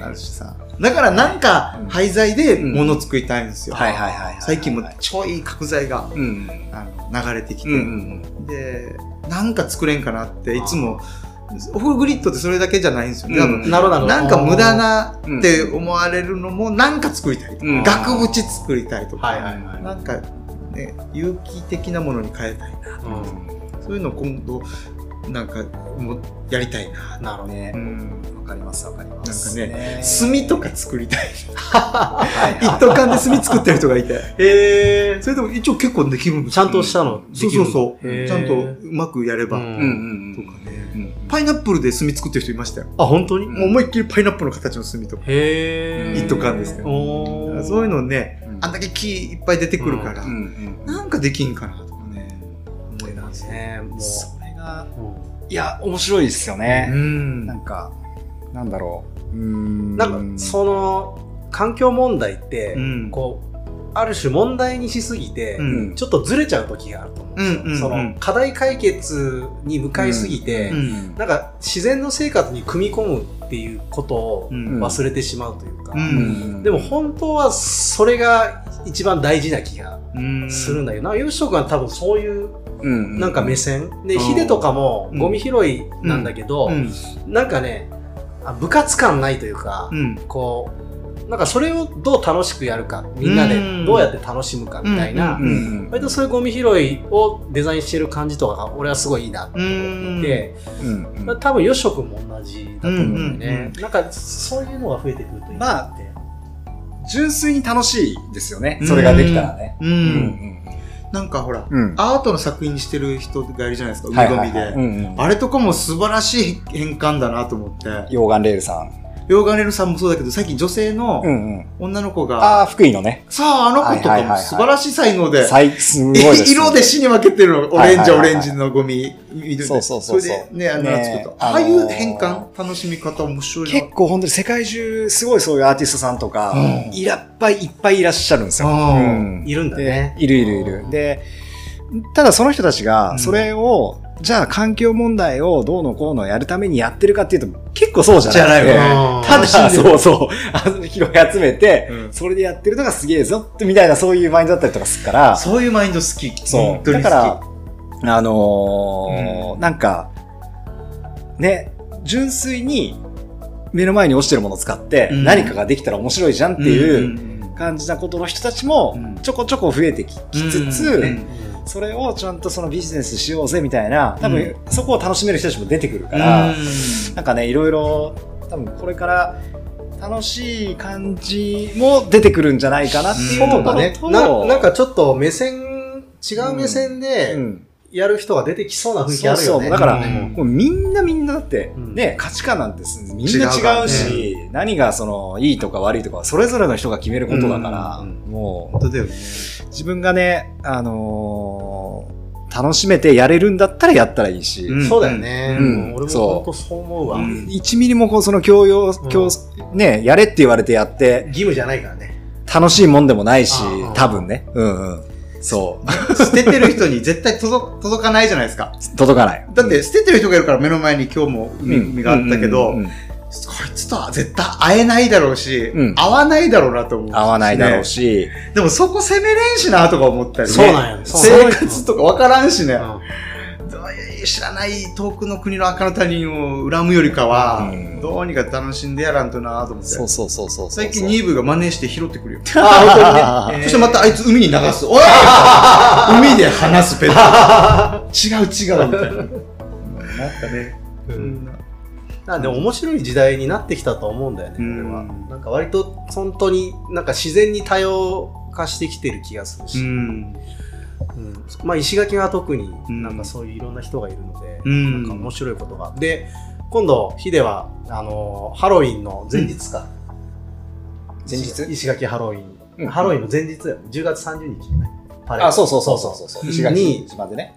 Speaker 1: あるしさ。だからなんか
Speaker 3: うん
Speaker 1: 廃材で物作りたいんですよ。
Speaker 3: はいはいはいはい。
Speaker 1: 最近も超いい角材が
Speaker 3: うん。
Speaker 1: あの流れてきて、
Speaker 3: うんうん。
Speaker 1: で、なんか作れんかなって、いつも、オフグリッドってそれだけじゃないんですよ。多分
Speaker 3: うん
Speaker 2: なるほど
Speaker 1: なんか無駄なって思われるのも、なんか作りたいとか、
Speaker 3: うん
Speaker 1: 額縁作りたいとか、
Speaker 2: はいはいはい
Speaker 1: なんか、ね、有機的なものに変えたいな。
Speaker 2: う
Speaker 1: そういうのを今度、なんか、もうやりたいな。
Speaker 2: んなるほど
Speaker 3: ね
Speaker 1: う。ん。
Speaker 3: わかりますわかりま
Speaker 1: なんか
Speaker 3: す。
Speaker 1: ね、炭とか作りたい。
Speaker 3: はい
Speaker 1: 一斗缶で炭作ってる人がいて。
Speaker 2: へえ
Speaker 1: それでも一応結構できるんです
Speaker 2: ちゃんとしたので
Speaker 1: そう
Speaker 2: き
Speaker 1: そ
Speaker 2: る
Speaker 1: うそう。
Speaker 2: へー
Speaker 1: ちゃんとうまくやれば。
Speaker 2: うん
Speaker 3: うんうんう
Speaker 1: と
Speaker 3: ん。
Speaker 1: かね。
Speaker 3: うん
Speaker 1: パイナップルで炭作ってる人いましたよ。
Speaker 2: あ本当に、
Speaker 3: うん
Speaker 1: もう思いっきりパイナップルの形の炭とか。
Speaker 2: へえ
Speaker 1: 一斗缶ですけど
Speaker 2: おー
Speaker 1: そういうのね、
Speaker 3: うん
Speaker 1: あんだけ木いっぱい出てくるから、
Speaker 3: うんうん。
Speaker 1: なんかできんかなとかね、思いますね。
Speaker 2: ねも
Speaker 3: それが、
Speaker 2: う、
Speaker 3: いや、面白いですよね。
Speaker 1: うん
Speaker 3: なんか、なんだろう。うーん。
Speaker 2: なんかその環境問題って、
Speaker 1: うん
Speaker 2: こうある種問題にしすぎて、
Speaker 1: うん
Speaker 3: うん。
Speaker 2: ちょっとずれちゃう時があると思うんですよ、
Speaker 1: うんうんうん
Speaker 2: その課題解決に向かいすぎて、
Speaker 1: うん
Speaker 2: なんか自然の生活に組み込むっていうことを
Speaker 1: うん
Speaker 2: 忘れてしまうというか、
Speaker 1: うん
Speaker 3: うん
Speaker 2: でも、本当はそれが一番大事な気が
Speaker 1: うん
Speaker 2: するんだけどな、ヨシト君は多分そういう
Speaker 3: うん。
Speaker 2: なんか目線、で
Speaker 1: うん
Speaker 2: ヒデとかもゴミ拾いなんだけど、
Speaker 1: うん。
Speaker 2: なんかねあ部活感ないというか、
Speaker 1: うん。
Speaker 2: こうなんかそれをどう楽しくやるかみんな
Speaker 1: うん
Speaker 2: でどうやって楽しむかみたいな、
Speaker 1: うん
Speaker 3: うん。
Speaker 2: 割とそういうゴミ拾いをデザインしてる感じとかが俺はすごいいいなって思っていて、
Speaker 3: うんうん
Speaker 2: まあ多分よしょくんも同じだと思うんだよね、
Speaker 1: うんうん
Speaker 2: なんかそういうのが増えてくるといい
Speaker 3: ま
Speaker 2: なって、
Speaker 3: 純粋に楽しいですよね。それができたらね。
Speaker 1: う。
Speaker 3: うんん。
Speaker 1: なんかほら、
Speaker 3: うん。
Speaker 1: アートの作品にしてる人がいるじゃないですか、
Speaker 3: はい
Speaker 1: 海
Speaker 3: は
Speaker 1: ゴ
Speaker 3: い
Speaker 1: ミ
Speaker 3: はい
Speaker 1: で
Speaker 3: う。んうん
Speaker 1: あれとかも素晴らしい変換だなと思って。
Speaker 3: 溶岩レールさん。
Speaker 1: ヨーガネルさんもそうだけど、最近女性の
Speaker 3: うんうん。
Speaker 1: 女の子
Speaker 3: あ
Speaker 1: が、
Speaker 3: あ、福井のね。
Speaker 1: さあ、あの子と
Speaker 3: はいは
Speaker 1: か
Speaker 3: いはい
Speaker 1: も
Speaker 3: はい
Speaker 1: 素晴らしい才能で、
Speaker 3: 最、すごいです。
Speaker 1: 色で死に分けてるの、オ
Speaker 3: はい
Speaker 1: レ
Speaker 3: は
Speaker 1: ン
Speaker 3: い
Speaker 1: ジ、
Speaker 3: はい
Speaker 1: オ
Speaker 3: はい
Speaker 1: レンジのゴミ、緑で
Speaker 3: そうそうそうそう
Speaker 1: れでね、あの、
Speaker 3: ね
Speaker 1: 作った
Speaker 3: あのー
Speaker 1: ああいう変換、楽しみ方面白いな。
Speaker 3: 結構本当に世界中すごいそういうアーティストさんとか、
Speaker 1: うん
Speaker 3: いらっぱいいっぱいいらっしゃるんですよ。
Speaker 1: うん
Speaker 3: うん
Speaker 2: いるんだね
Speaker 3: でいるいるいる。で、ただその人たち
Speaker 1: う
Speaker 3: が
Speaker 1: ん
Speaker 3: それをじゃあ環境問題をどうのこうのやるためにやってるかっていうと、結構そうじゃない。
Speaker 1: じゃないよね
Speaker 3: ただ、
Speaker 1: 楽しんで
Speaker 3: そうそう、拾い集めて、
Speaker 1: うん
Speaker 3: それでやってるのがすげえぞってみたいなそういうマインドだったりとかするから、
Speaker 1: そういうマインド好き。
Speaker 3: そ
Speaker 1: 本
Speaker 3: う。
Speaker 1: 当
Speaker 3: だ
Speaker 1: に
Speaker 3: か
Speaker 1: 好
Speaker 3: ら、あのー
Speaker 1: う
Speaker 3: なんか、ね、純粋に目の前に落ちてるものを使って、
Speaker 1: うん
Speaker 3: 何かができたら面白いじゃんっ
Speaker 1: き。
Speaker 3: ていう、
Speaker 1: んんん
Speaker 3: 感じたことの人たち
Speaker 1: う
Speaker 3: も
Speaker 1: ん
Speaker 3: ちょこちょこ増えてきつつ、
Speaker 1: うんうん
Speaker 3: それをちゃんとそのビジネスしようぜみたいな多分そこを楽しめる人たちも出てくるから、
Speaker 1: う
Speaker 3: なんかねいろいろ多分これから楽しい感じも出てくるんじゃないかなっていう
Speaker 2: そう
Speaker 3: ところと、
Speaker 2: だね。ななんかちょっと目線、違う目線
Speaker 3: う
Speaker 2: で
Speaker 3: ん
Speaker 2: やる人が出てきそうな雰囲気ある
Speaker 3: そ
Speaker 2: よ
Speaker 3: うそ
Speaker 2: ね。
Speaker 3: うだから
Speaker 1: うん
Speaker 3: もうみんなみんなだって、
Speaker 2: うん
Speaker 3: ね、価値観なんてすみんな
Speaker 1: 違うから
Speaker 3: 違
Speaker 1: ね
Speaker 3: うし何がそのいいとか悪いとかはそれぞれの人が決めることだから、
Speaker 1: うん
Speaker 3: もう
Speaker 1: 本当だよね。
Speaker 3: 自分がね、あのー楽しめてやれるんだったらやったらいいし、
Speaker 1: うん
Speaker 2: そうだよね。
Speaker 3: うん
Speaker 2: もう俺も
Speaker 3: そう
Speaker 2: 本当そう思うわ。
Speaker 1: うん
Speaker 3: 1ミリもこうその強要、強ね、やれって言われてやって、
Speaker 2: 義務じゃないからね。
Speaker 3: 楽しいもんでもないし
Speaker 2: ああ、
Speaker 3: 多分ね。うんうん。そう。
Speaker 1: 捨ててる人に絶対届 届かないじゃないですか。
Speaker 3: 届かない。
Speaker 1: だって捨ててる人がいるから目の前に今日も
Speaker 3: う
Speaker 1: 海,、
Speaker 3: ん、
Speaker 1: 海があったけど、
Speaker 3: うんうんうん
Speaker 1: こいつとは絶対会えないだろうし、
Speaker 3: うん
Speaker 1: 会わないだろうなと思う、
Speaker 3: 合わないだろう
Speaker 1: し
Speaker 3: し、
Speaker 1: ね。でもそこ責めれんしなとか思ったりね。
Speaker 2: そうなんよ。そうなん
Speaker 1: 生
Speaker 2: よ
Speaker 1: 活とかわからんしね、
Speaker 2: うん
Speaker 1: どういう知らない遠くの国の赤の他人を恨むよりかは、
Speaker 3: うん
Speaker 1: どうにか楽しんでやらんとなと思って。
Speaker 3: そうそうそうそうそう。
Speaker 1: 最 近ニーブが真似して拾ってくるよ。
Speaker 3: あ、
Speaker 1: そしてまたあいつ海に流す。おい海で話すペット。違う違うみたいな。
Speaker 3: なんかね。
Speaker 2: うんなんで面白い時代になってきたと思うんだよね、
Speaker 1: うん
Speaker 2: 俺は。なんか割と本当になんか自然に多様化してきてる気がする
Speaker 1: う
Speaker 2: し、
Speaker 1: ん。
Speaker 2: うんまあ石垣は特に
Speaker 1: うん
Speaker 2: なんかそういういろんな人がいるので、
Speaker 1: うん
Speaker 2: なんか面白いことが。で、今度ヒデはあのハロウィンの前日か。
Speaker 3: 前日
Speaker 2: 石垣ハロウィン。
Speaker 3: うん
Speaker 2: ハロウィンの前日だよ。10月30日じゃないパレード
Speaker 3: あ、そうそうそうそうそう。石垣
Speaker 2: に
Speaker 3: 島でね。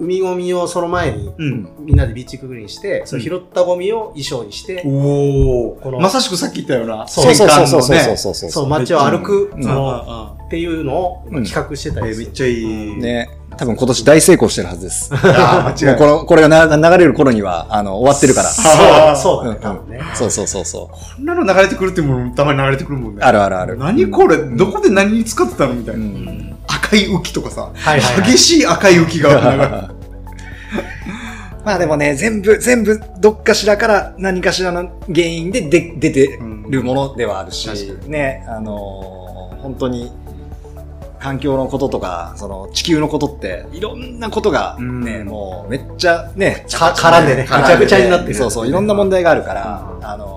Speaker 2: 海ゴミをその前に
Speaker 1: うん。
Speaker 2: みんなでビーチクリーンして、その拾ったゴミを衣装にして、
Speaker 1: お
Speaker 2: こ
Speaker 1: お。
Speaker 2: の
Speaker 1: まさしくさっき言ったような。
Speaker 2: そう
Speaker 1: 戦艦のね
Speaker 3: そうそうそうそうそう
Speaker 2: そう、
Speaker 3: そ
Speaker 2: 街を歩く、
Speaker 3: うん
Speaker 2: その、
Speaker 1: ああ
Speaker 2: っていうのを
Speaker 3: うん
Speaker 2: 企画してた
Speaker 1: ああえ
Speaker 2: り
Speaker 1: ー
Speaker 2: す
Speaker 1: め
Speaker 2: る、
Speaker 1: っちゃい
Speaker 3: う。。
Speaker 1: い。
Speaker 3: ね。多分今年大成功してるはずです。
Speaker 1: あ あ、間
Speaker 3: も
Speaker 1: 違
Speaker 3: う
Speaker 1: い
Speaker 3: こ
Speaker 1: ない。
Speaker 3: の、これがな流れる頃には、あの、終わってる から。
Speaker 2: そうそうだ
Speaker 3: う
Speaker 2: ね
Speaker 3: ん
Speaker 2: 多分ね、
Speaker 3: そうそうそうそ
Speaker 1: こんなの流れてくるってもんたまに流れてくるもん
Speaker 3: う。
Speaker 1: ね。
Speaker 3: あるあるある。
Speaker 1: 何これ、
Speaker 3: うん
Speaker 1: どこで何に使ってたのみたいうな。
Speaker 3: ん。
Speaker 1: 赤い浮きとかさ。
Speaker 2: はいは いはい
Speaker 1: 激しい赤い浮きが流れてる。
Speaker 3: まあでもね、全部、全部、どっかしらから何かしらの原因でで出てるものではあるし、
Speaker 1: うん確
Speaker 3: ね、あのー本当に、環境のこととか、その地球のことって、いろんなことが
Speaker 1: うん
Speaker 3: ね、もうめっちゃね、
Speaker 2: か絡んでね
Speaker 3: 絡
Speaker 2: ぐちゃぐちゃになってる
Speaker 3: そうそう、いろんな問題があるから、
Speaker 2: うん
Speaker 3: あの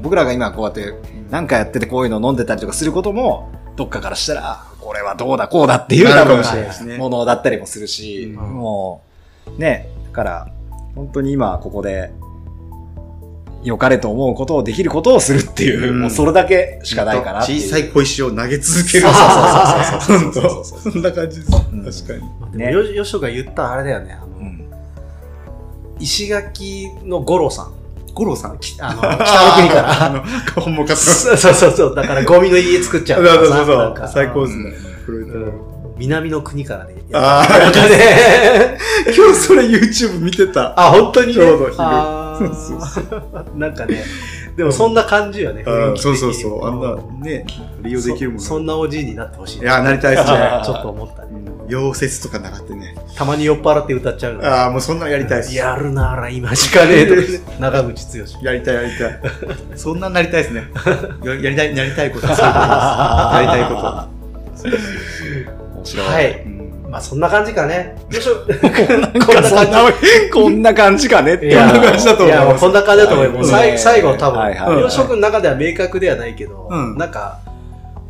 Speaker 3: ー僕らが今こうやってなんかやっててこういうの飲んでたりとかすることも、どっかからしたら、これはどうだこうだっていう
Speaker 1: な
Speaker 3: 多
Speaker 1: るかも
Speaker 3: 分
Speaker 1: しれないですね。
Speaker 3: ものだったりもするし、
Speaker 1: うん
Speaker 3: もう、ね、だから、本当に今ここで、良かれと思うことをできることをするっていう、
Speaker 1: うん
Speaker 3: もうそれだけしかないかなっていう。
Speaker 1: 小さい小石を投げ続ける。
Speaker 3: そうそうそうそ
Speaker 1: そう
Speaker 3: うそうそう
Speaker 1: そう。そんな感じです。
Speaker 3: ん
Speaker 1: 確かに。
Speaker 2: でもよよしおが言ったあれだよねあの、
Speaker 3: うん
Speaker 2: 石垣の五郎さん
Speaker 1: 五郎さん
Speaker 2: きあの北の国から
Speaker 1: あの、本も買った。
Speaker 2: そうそうそうそうだからゴミの家作っちゃ
Speaker 1: そうう
Speaker 2: からさ
Speaker 1: そう
Speaker 2: な
Speaker 1: そ
Speaker 2: ん
Speaker 1: う。
Speaker 2: か
Speaker 1: 最高ですね。
Speaker 2: うん南の国からね
Speaker 1: あー
Speaker 2: なんかね
Speaker 1: 今日それ YouTube 見てた。
Speaker 2: あ本当にね
Speaker 1: ちょうど昼
Speaker 2: あー
Speaker 1: そう
Speaker 2: なんかねでもそんな感じよね、
Speaker 1: うんそう
Speaker 2: 雰
Speaker 1: そう
Speaker 2: 囲気的に
Speaker 1: そう。あんな、ね、利用できるもん
Speaker 2: そそん
Speaker 1: な。
Speaker 2: なおじいになってほしい
Speaker 1: いや、なりたいですね。
Speaker 2: ちょっと思ったね
Speaker 1: 溶接とか習ってね。
Speaker 2: たまに酔っ払って歌っちゃうの
Speaker 1: ああ、もうそんなのやりたいです。
Speaker 2: やるなら今しかねえとか長渕剛
Speaker 1: やりたい、やりたい。そんなんなりたいですね。ややりたい、やりたいこと。そういうことですやりたいこと。
Speaker 3: 面白い。
Speaker 2: はい
Speaker 1: うん
Speaker 2: まあそんな感じかねよいしょ
Speaker 3: こんな感じ。こんな感じかねって。
Speaker 1: やこんな感じだと思います
Speaker 2: いやこんな感じだと思います
Speaker 3: はい
Speaker 2: さい最後多
Speaker 3: は
Speaker 2: 分
Speaker 3: いはい
Speaker 1: はい
Speaker 2: 洋食の中では明確ではないけど
Speaker 1: うん
Speaker 2: なんか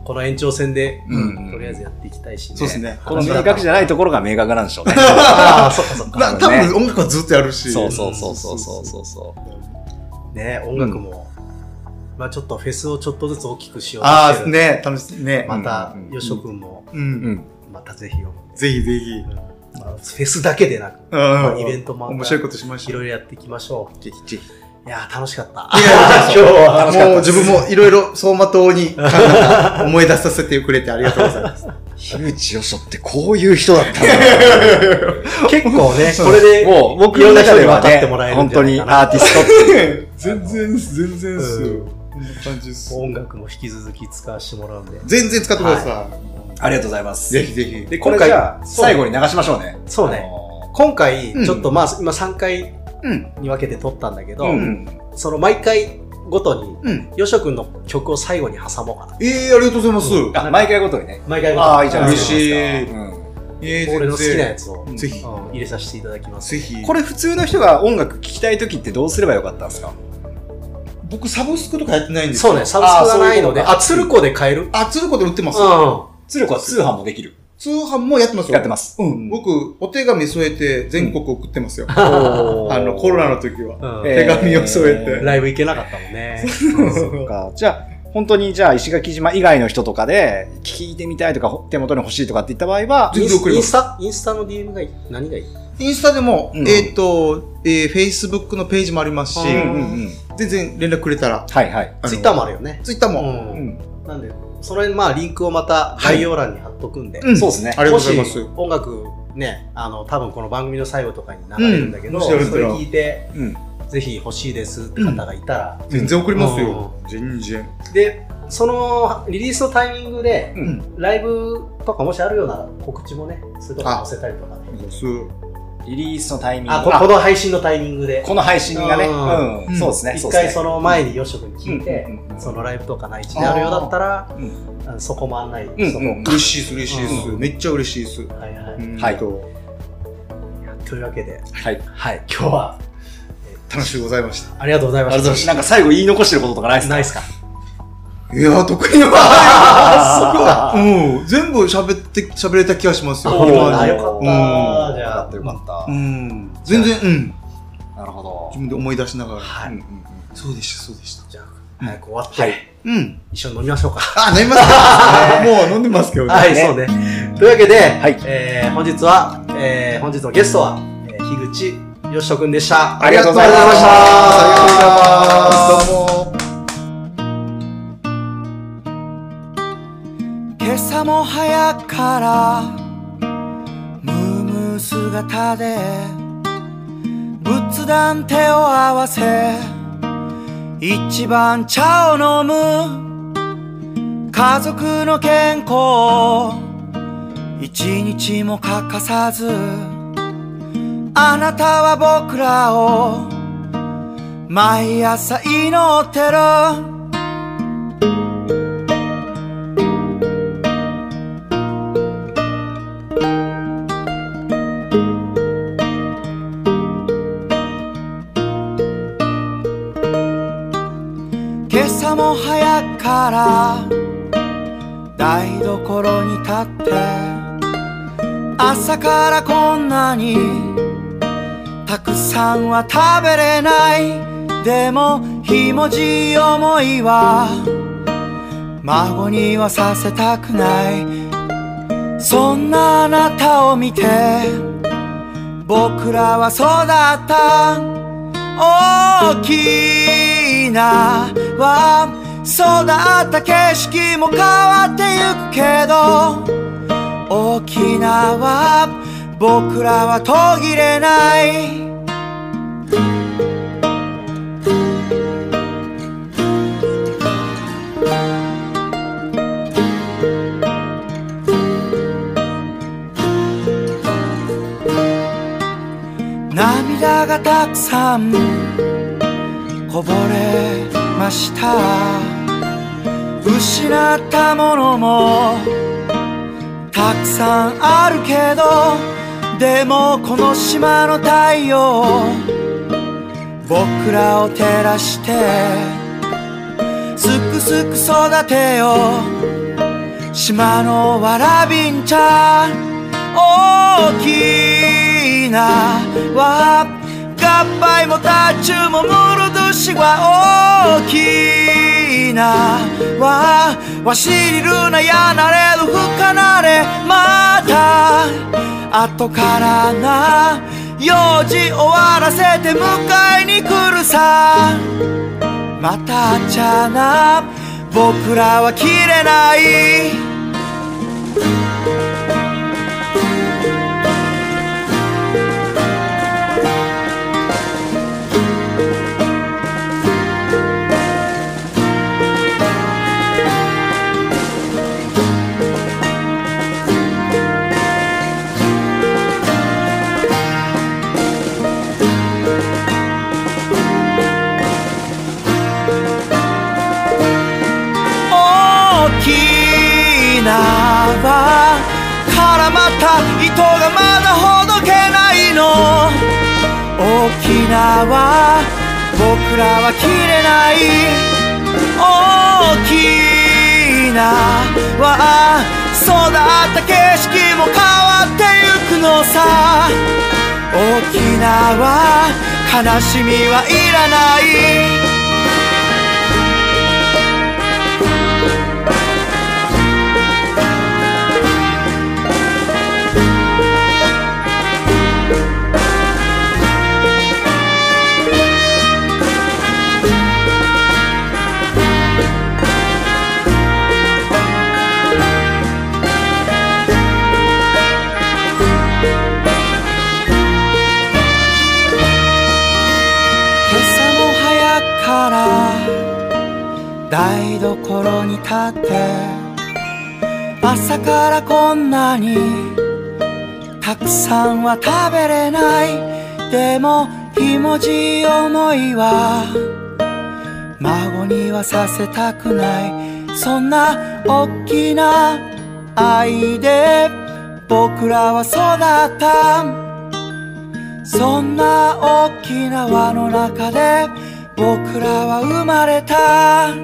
Speaker 2: この延長戦で
Speaker 3: うん
Speaker 2: とりあえずやっていきたいし
Speaker 1: そうですね
Speaker 3: この明確じゃないところが明確なんでしょうね。
Speaker 2: ああそっかそっか
Speaker 1: な多分音楽はずっとやるし。
Speaker 3: そうそうそうそうそうそうそう。
Speaker 2: ね音楽もまあちょっとフェスをちょっとずつ大きくしようと
Speaker 1: あ
Speaker 2: して
Speaker 1: あ、
Speaker 2: る
Speaker 1: ね、楽しいね。
Speaker 2: また
Speaker 3: うん
Speaker 2: よしおくんも
Speaker 1: う。
Speaker 3: うんん。
Speaker 2: またぜひよ
Speaker 1: ぜひぜひ。
Speaker 2: まあフェスだけでなくま
Speaker 1: う
Speaker 2: あイベントもあった
Speaker 1: 面白いことしまし
Speaker 2: い
Speaker 1: た
Speaker 2: ろ。いろやっていきましょう
Speaker 1: ぜひぜひ。
Speaker 2: いやー楽しか った
Speaker 1: いや
Speaker 2: 今日は
Speaker 3: 楽しか
Speaker 1: もう
Speaker 3: ったで
Speaker 1: 自
Speaker 3: す
Speaker 1: 分もいろいろ走馬灯に思い出させてくれてありがとうございます。
Speaker 3: 樋口よそってこういう人だったんだ
Speaker 2: 結構ね、
Speaker 1: そう
Speaker 2: これで、
Speaker 3: もう僕の中ではね、本当にアーティストっていう。
Speaker 1: 全然です、全然です
Speaker 2: う
Speaker 1: よ
Speaker 2: ん。
Speaker 1: こんな感じです。
Speaker 2: 音楽も引き続き使わせてもらうんで。
Speaker 1: 全然使ってくださ
Speaker 3: ありがとうございま
Speaker 1: い。
Speaker 3: す。
Speaker 1: ぜひぜひ。
Speaker 2: 今
Speaker 3: で、こ
Speaker 2: 回
Speaker 3: れじゃあ、
Speaker 2: そう
Speaker 3: 最後に流しましょうね。
Speaker 2: そうね。今回、
Speaker 1: うん
Speaker 2: ちょっとまあ、今3回
Speaker 1: うん。
Speaker 2: に分けて撮ったんだけ
Speaker 3: あ
Speaker 2: ど、
Speaker 3: のー。
Speaker 2: その毎回ごとに、
Speaker 1: うん。
Speaker 2: よしょくんの曲を最後に挟もうかな。
Speaker 1: ええ、ありがとうございます。
Speaker 2: う
Speaker 3: あ、毎回ごとにね。
Speaker 2: 毎回ごとに
Speaker 3: ああ、いいじゃないですか。
Speaker 1: 嬉しい
Speaker 3: うん
Speaker 1: ええ
Speaker 2: 俺の好きなや
Speaker 1: つ。
Speaker 2: つを、
Speaker 1: ぜひ
Speaker 2: うん入れさせていただきます。
Speaker 1: ぜひ。
Speaker 3: これ普通の人が音楽聴きたい時ってどうすればよかったんですか
Speaker 1: 僕サブスクとかやってないんですよ
Speaker 2: そうね、。サブスクがないので、
Speaker 3: あーそういうことか
Speaker 2: あ、つるこで買える
Speaker 1: あ、鶴子で売ってます。
Speaker 2: う
Speaker 3: 鶴子は通販もできる。
Speaker 1: 通販もやってますよ。
Speaker 3: やってます。
Speaker 1: うん。僕、お手紙添えて全国送ってますよ。あ
Speaker 3: おー
Speaker 1: の、コロナの時
Speaker 2: ん。
Speaker 1: は。
Speaker 3: え
Speaker 1: 手紙を添え
Speaker 3: え
Speaker 1: て。
Speaker 2: ライブ行けなかったもんね。
Speaker 3: そうか。じゃあ、本当にじゃあ石垣島以外の人とかで聞いてみたいとかほ手元に欲しいとかって言った場合は、
Speaker 1: 全然送り
Speaker 2: イ
Speaker 1: ま
Speaker 2: ン
Speaker 1: す
Speaker 2: スタインスタの DM がいい何がいい
Speaker 1: インスタでも、
Speaker 3: うん
Speaker 1: えっと、えー Facebook のページもありますし、
Speaker 2: うん
Speaker 3: ん。
Speaker 1: 全然連絡くれたら。
Speaker 3: はいはい。
Speaker 2: ツイッターもあ
Speaker 1: る。
Speaker 2: るよね。
Speaker 1: ツイッター
Speaker 2: う。
Speaker 1: も。
Speaker 3: うんん。
Speaker 2: なんで、その辺、まあ、リンクをまた概要欄に貼っとくんで、
Speaker 1: うん
Speaker 3: そうですね。
Speaker 1: ありがとうございます。
Speaker 2: もし音楽ね、あの、多分この番組の最後とかに流れるんだけど、
Speaker 1: うん
Speaker 2: そ
Speaker 1: もしよ
Speaker 2: れ
Speaker 1: かったら
Speaker 2: 聞いて、
Speaker 3: うん。
Speaker 2: ぜひ欲しいですって方がいたら、
Speaker 1: 全然送りますよ。全然。
Speaker 2: で、そのリリースのタイミングで、
Speaker 1: うん。
Speaker 2: ライブとかもしあるようなら告知もね、それとか載せたりとかね。
Speaker 1: そう。
Speaker 3: リリースのタイミング。
Speaker 2: あここの配信のタイミングで、
Speaker 3: この配信がね、
Speaker 2: うん
Speaker 3: うん、そうですね。
Speaker 2: 一
Speaker 3: そうで
Speaker 2: 回
Speaker 3: すね
Speaker 2: その前によしょくに聞いて、
Speaker 3: うんうんうん
Speaker 2: そのライブとかない地であるようだったら、
Speaker 3: う
Speaker 2: あのそこも案内、
Speaker 3: ん
Speaker 2: そこ
Speaker 3: うん
Speaker 1: 嬉しいです、嬉しいです。
Speaker 2: うん
Speaker 1: めっちゃ嬉しいです。
Speaker 2: はいはい、
Speaker 3: はい
Speaker 1: と
Speaker 2: というわけで、
Speaker 3: はい。
Speaker 2: はい、今日は
Speaker 1: 楽しゅうございました。
Speaker 2: ありがとうございました。
Speaker 3: なんか最後言い残してることとかないですか
Speaker 2: ないっすか
Speaker 1: いやー、得意は
Speaker 3: あー
Speaker 1: うん。全部喋って、喋れた気がしますよ。
Speaker 3: おー
Speaker 1: 今ま
Speaker 2: あ
Speaker 1: で
Speaker 2: よかった。じゃあ、
Speaker 3: よかっ
Speaker 1: うん
Speaker 3: たよか
Speaker 1: う
Speaker 3: っ
Speaker 1: ん。全然、うん。
Speaker 3: た。なるほど
Speaker 1: 自。分で思い出しながら。
Speaker 2: はい、
Speaker 3: うんうんうん
Speaker 1: そうでした、そうでした。
Speaker 2: じゃあ早く終わって、
Speaker 3: はい
Speaker 1: うん。
Speaker 2: 一緒に飲みましょうか。
Speaker 1: あ、飲みます もう飲んでますけどね。
Speaker 2: はい、
Speaker 3: ね
Speaker 2: そうね。というわけで、
Speaker 3: い
Speaker 2: えー本日は、えー本日のゲストは、えー、樋口よしとくんでした。
Speaker 3: ありがとうございました
Speaker 1: ありがとうございました。どうも。
Speaker 4: 今朝も早からムームー姿で仏壇手を合わせ一番茶を飲む家族の健康を一日も欠かさずあなたは僕らを毎朝祈ってる今朝も早くから台所に立って朝からこんなにたくさんは食べれないでもひもじい思いは孫にはさせたくないそんなあなたを見て僕らは育った大きなは育った景色も変わってゆくけど大きなは僕らは途切れない涙がたくさんこぼれました失ったものもたくさんあるけどでもこの島の太陽僕らを照らしてすくすく育てよう島のわらびんちゃん大きな輪合杯もタッチもムルドゥシは大きな輪わしりるなやなれるふかなれまた後からな用事終わらせて迎えに来るさまた会っちゃな僕らは切れない「った糸がまだほどけないの沖縄僕らは切れない大きなは育った景色も変わってゆくのさ沖縄悲しみはいらない今朝も早くから台所に立って朝からこんなにたくさんは食べれないでもひもじい思いは孫にはさせたくないそんな大きな愛で僕らは育ったそんな沖縄の中で僕らは生まれた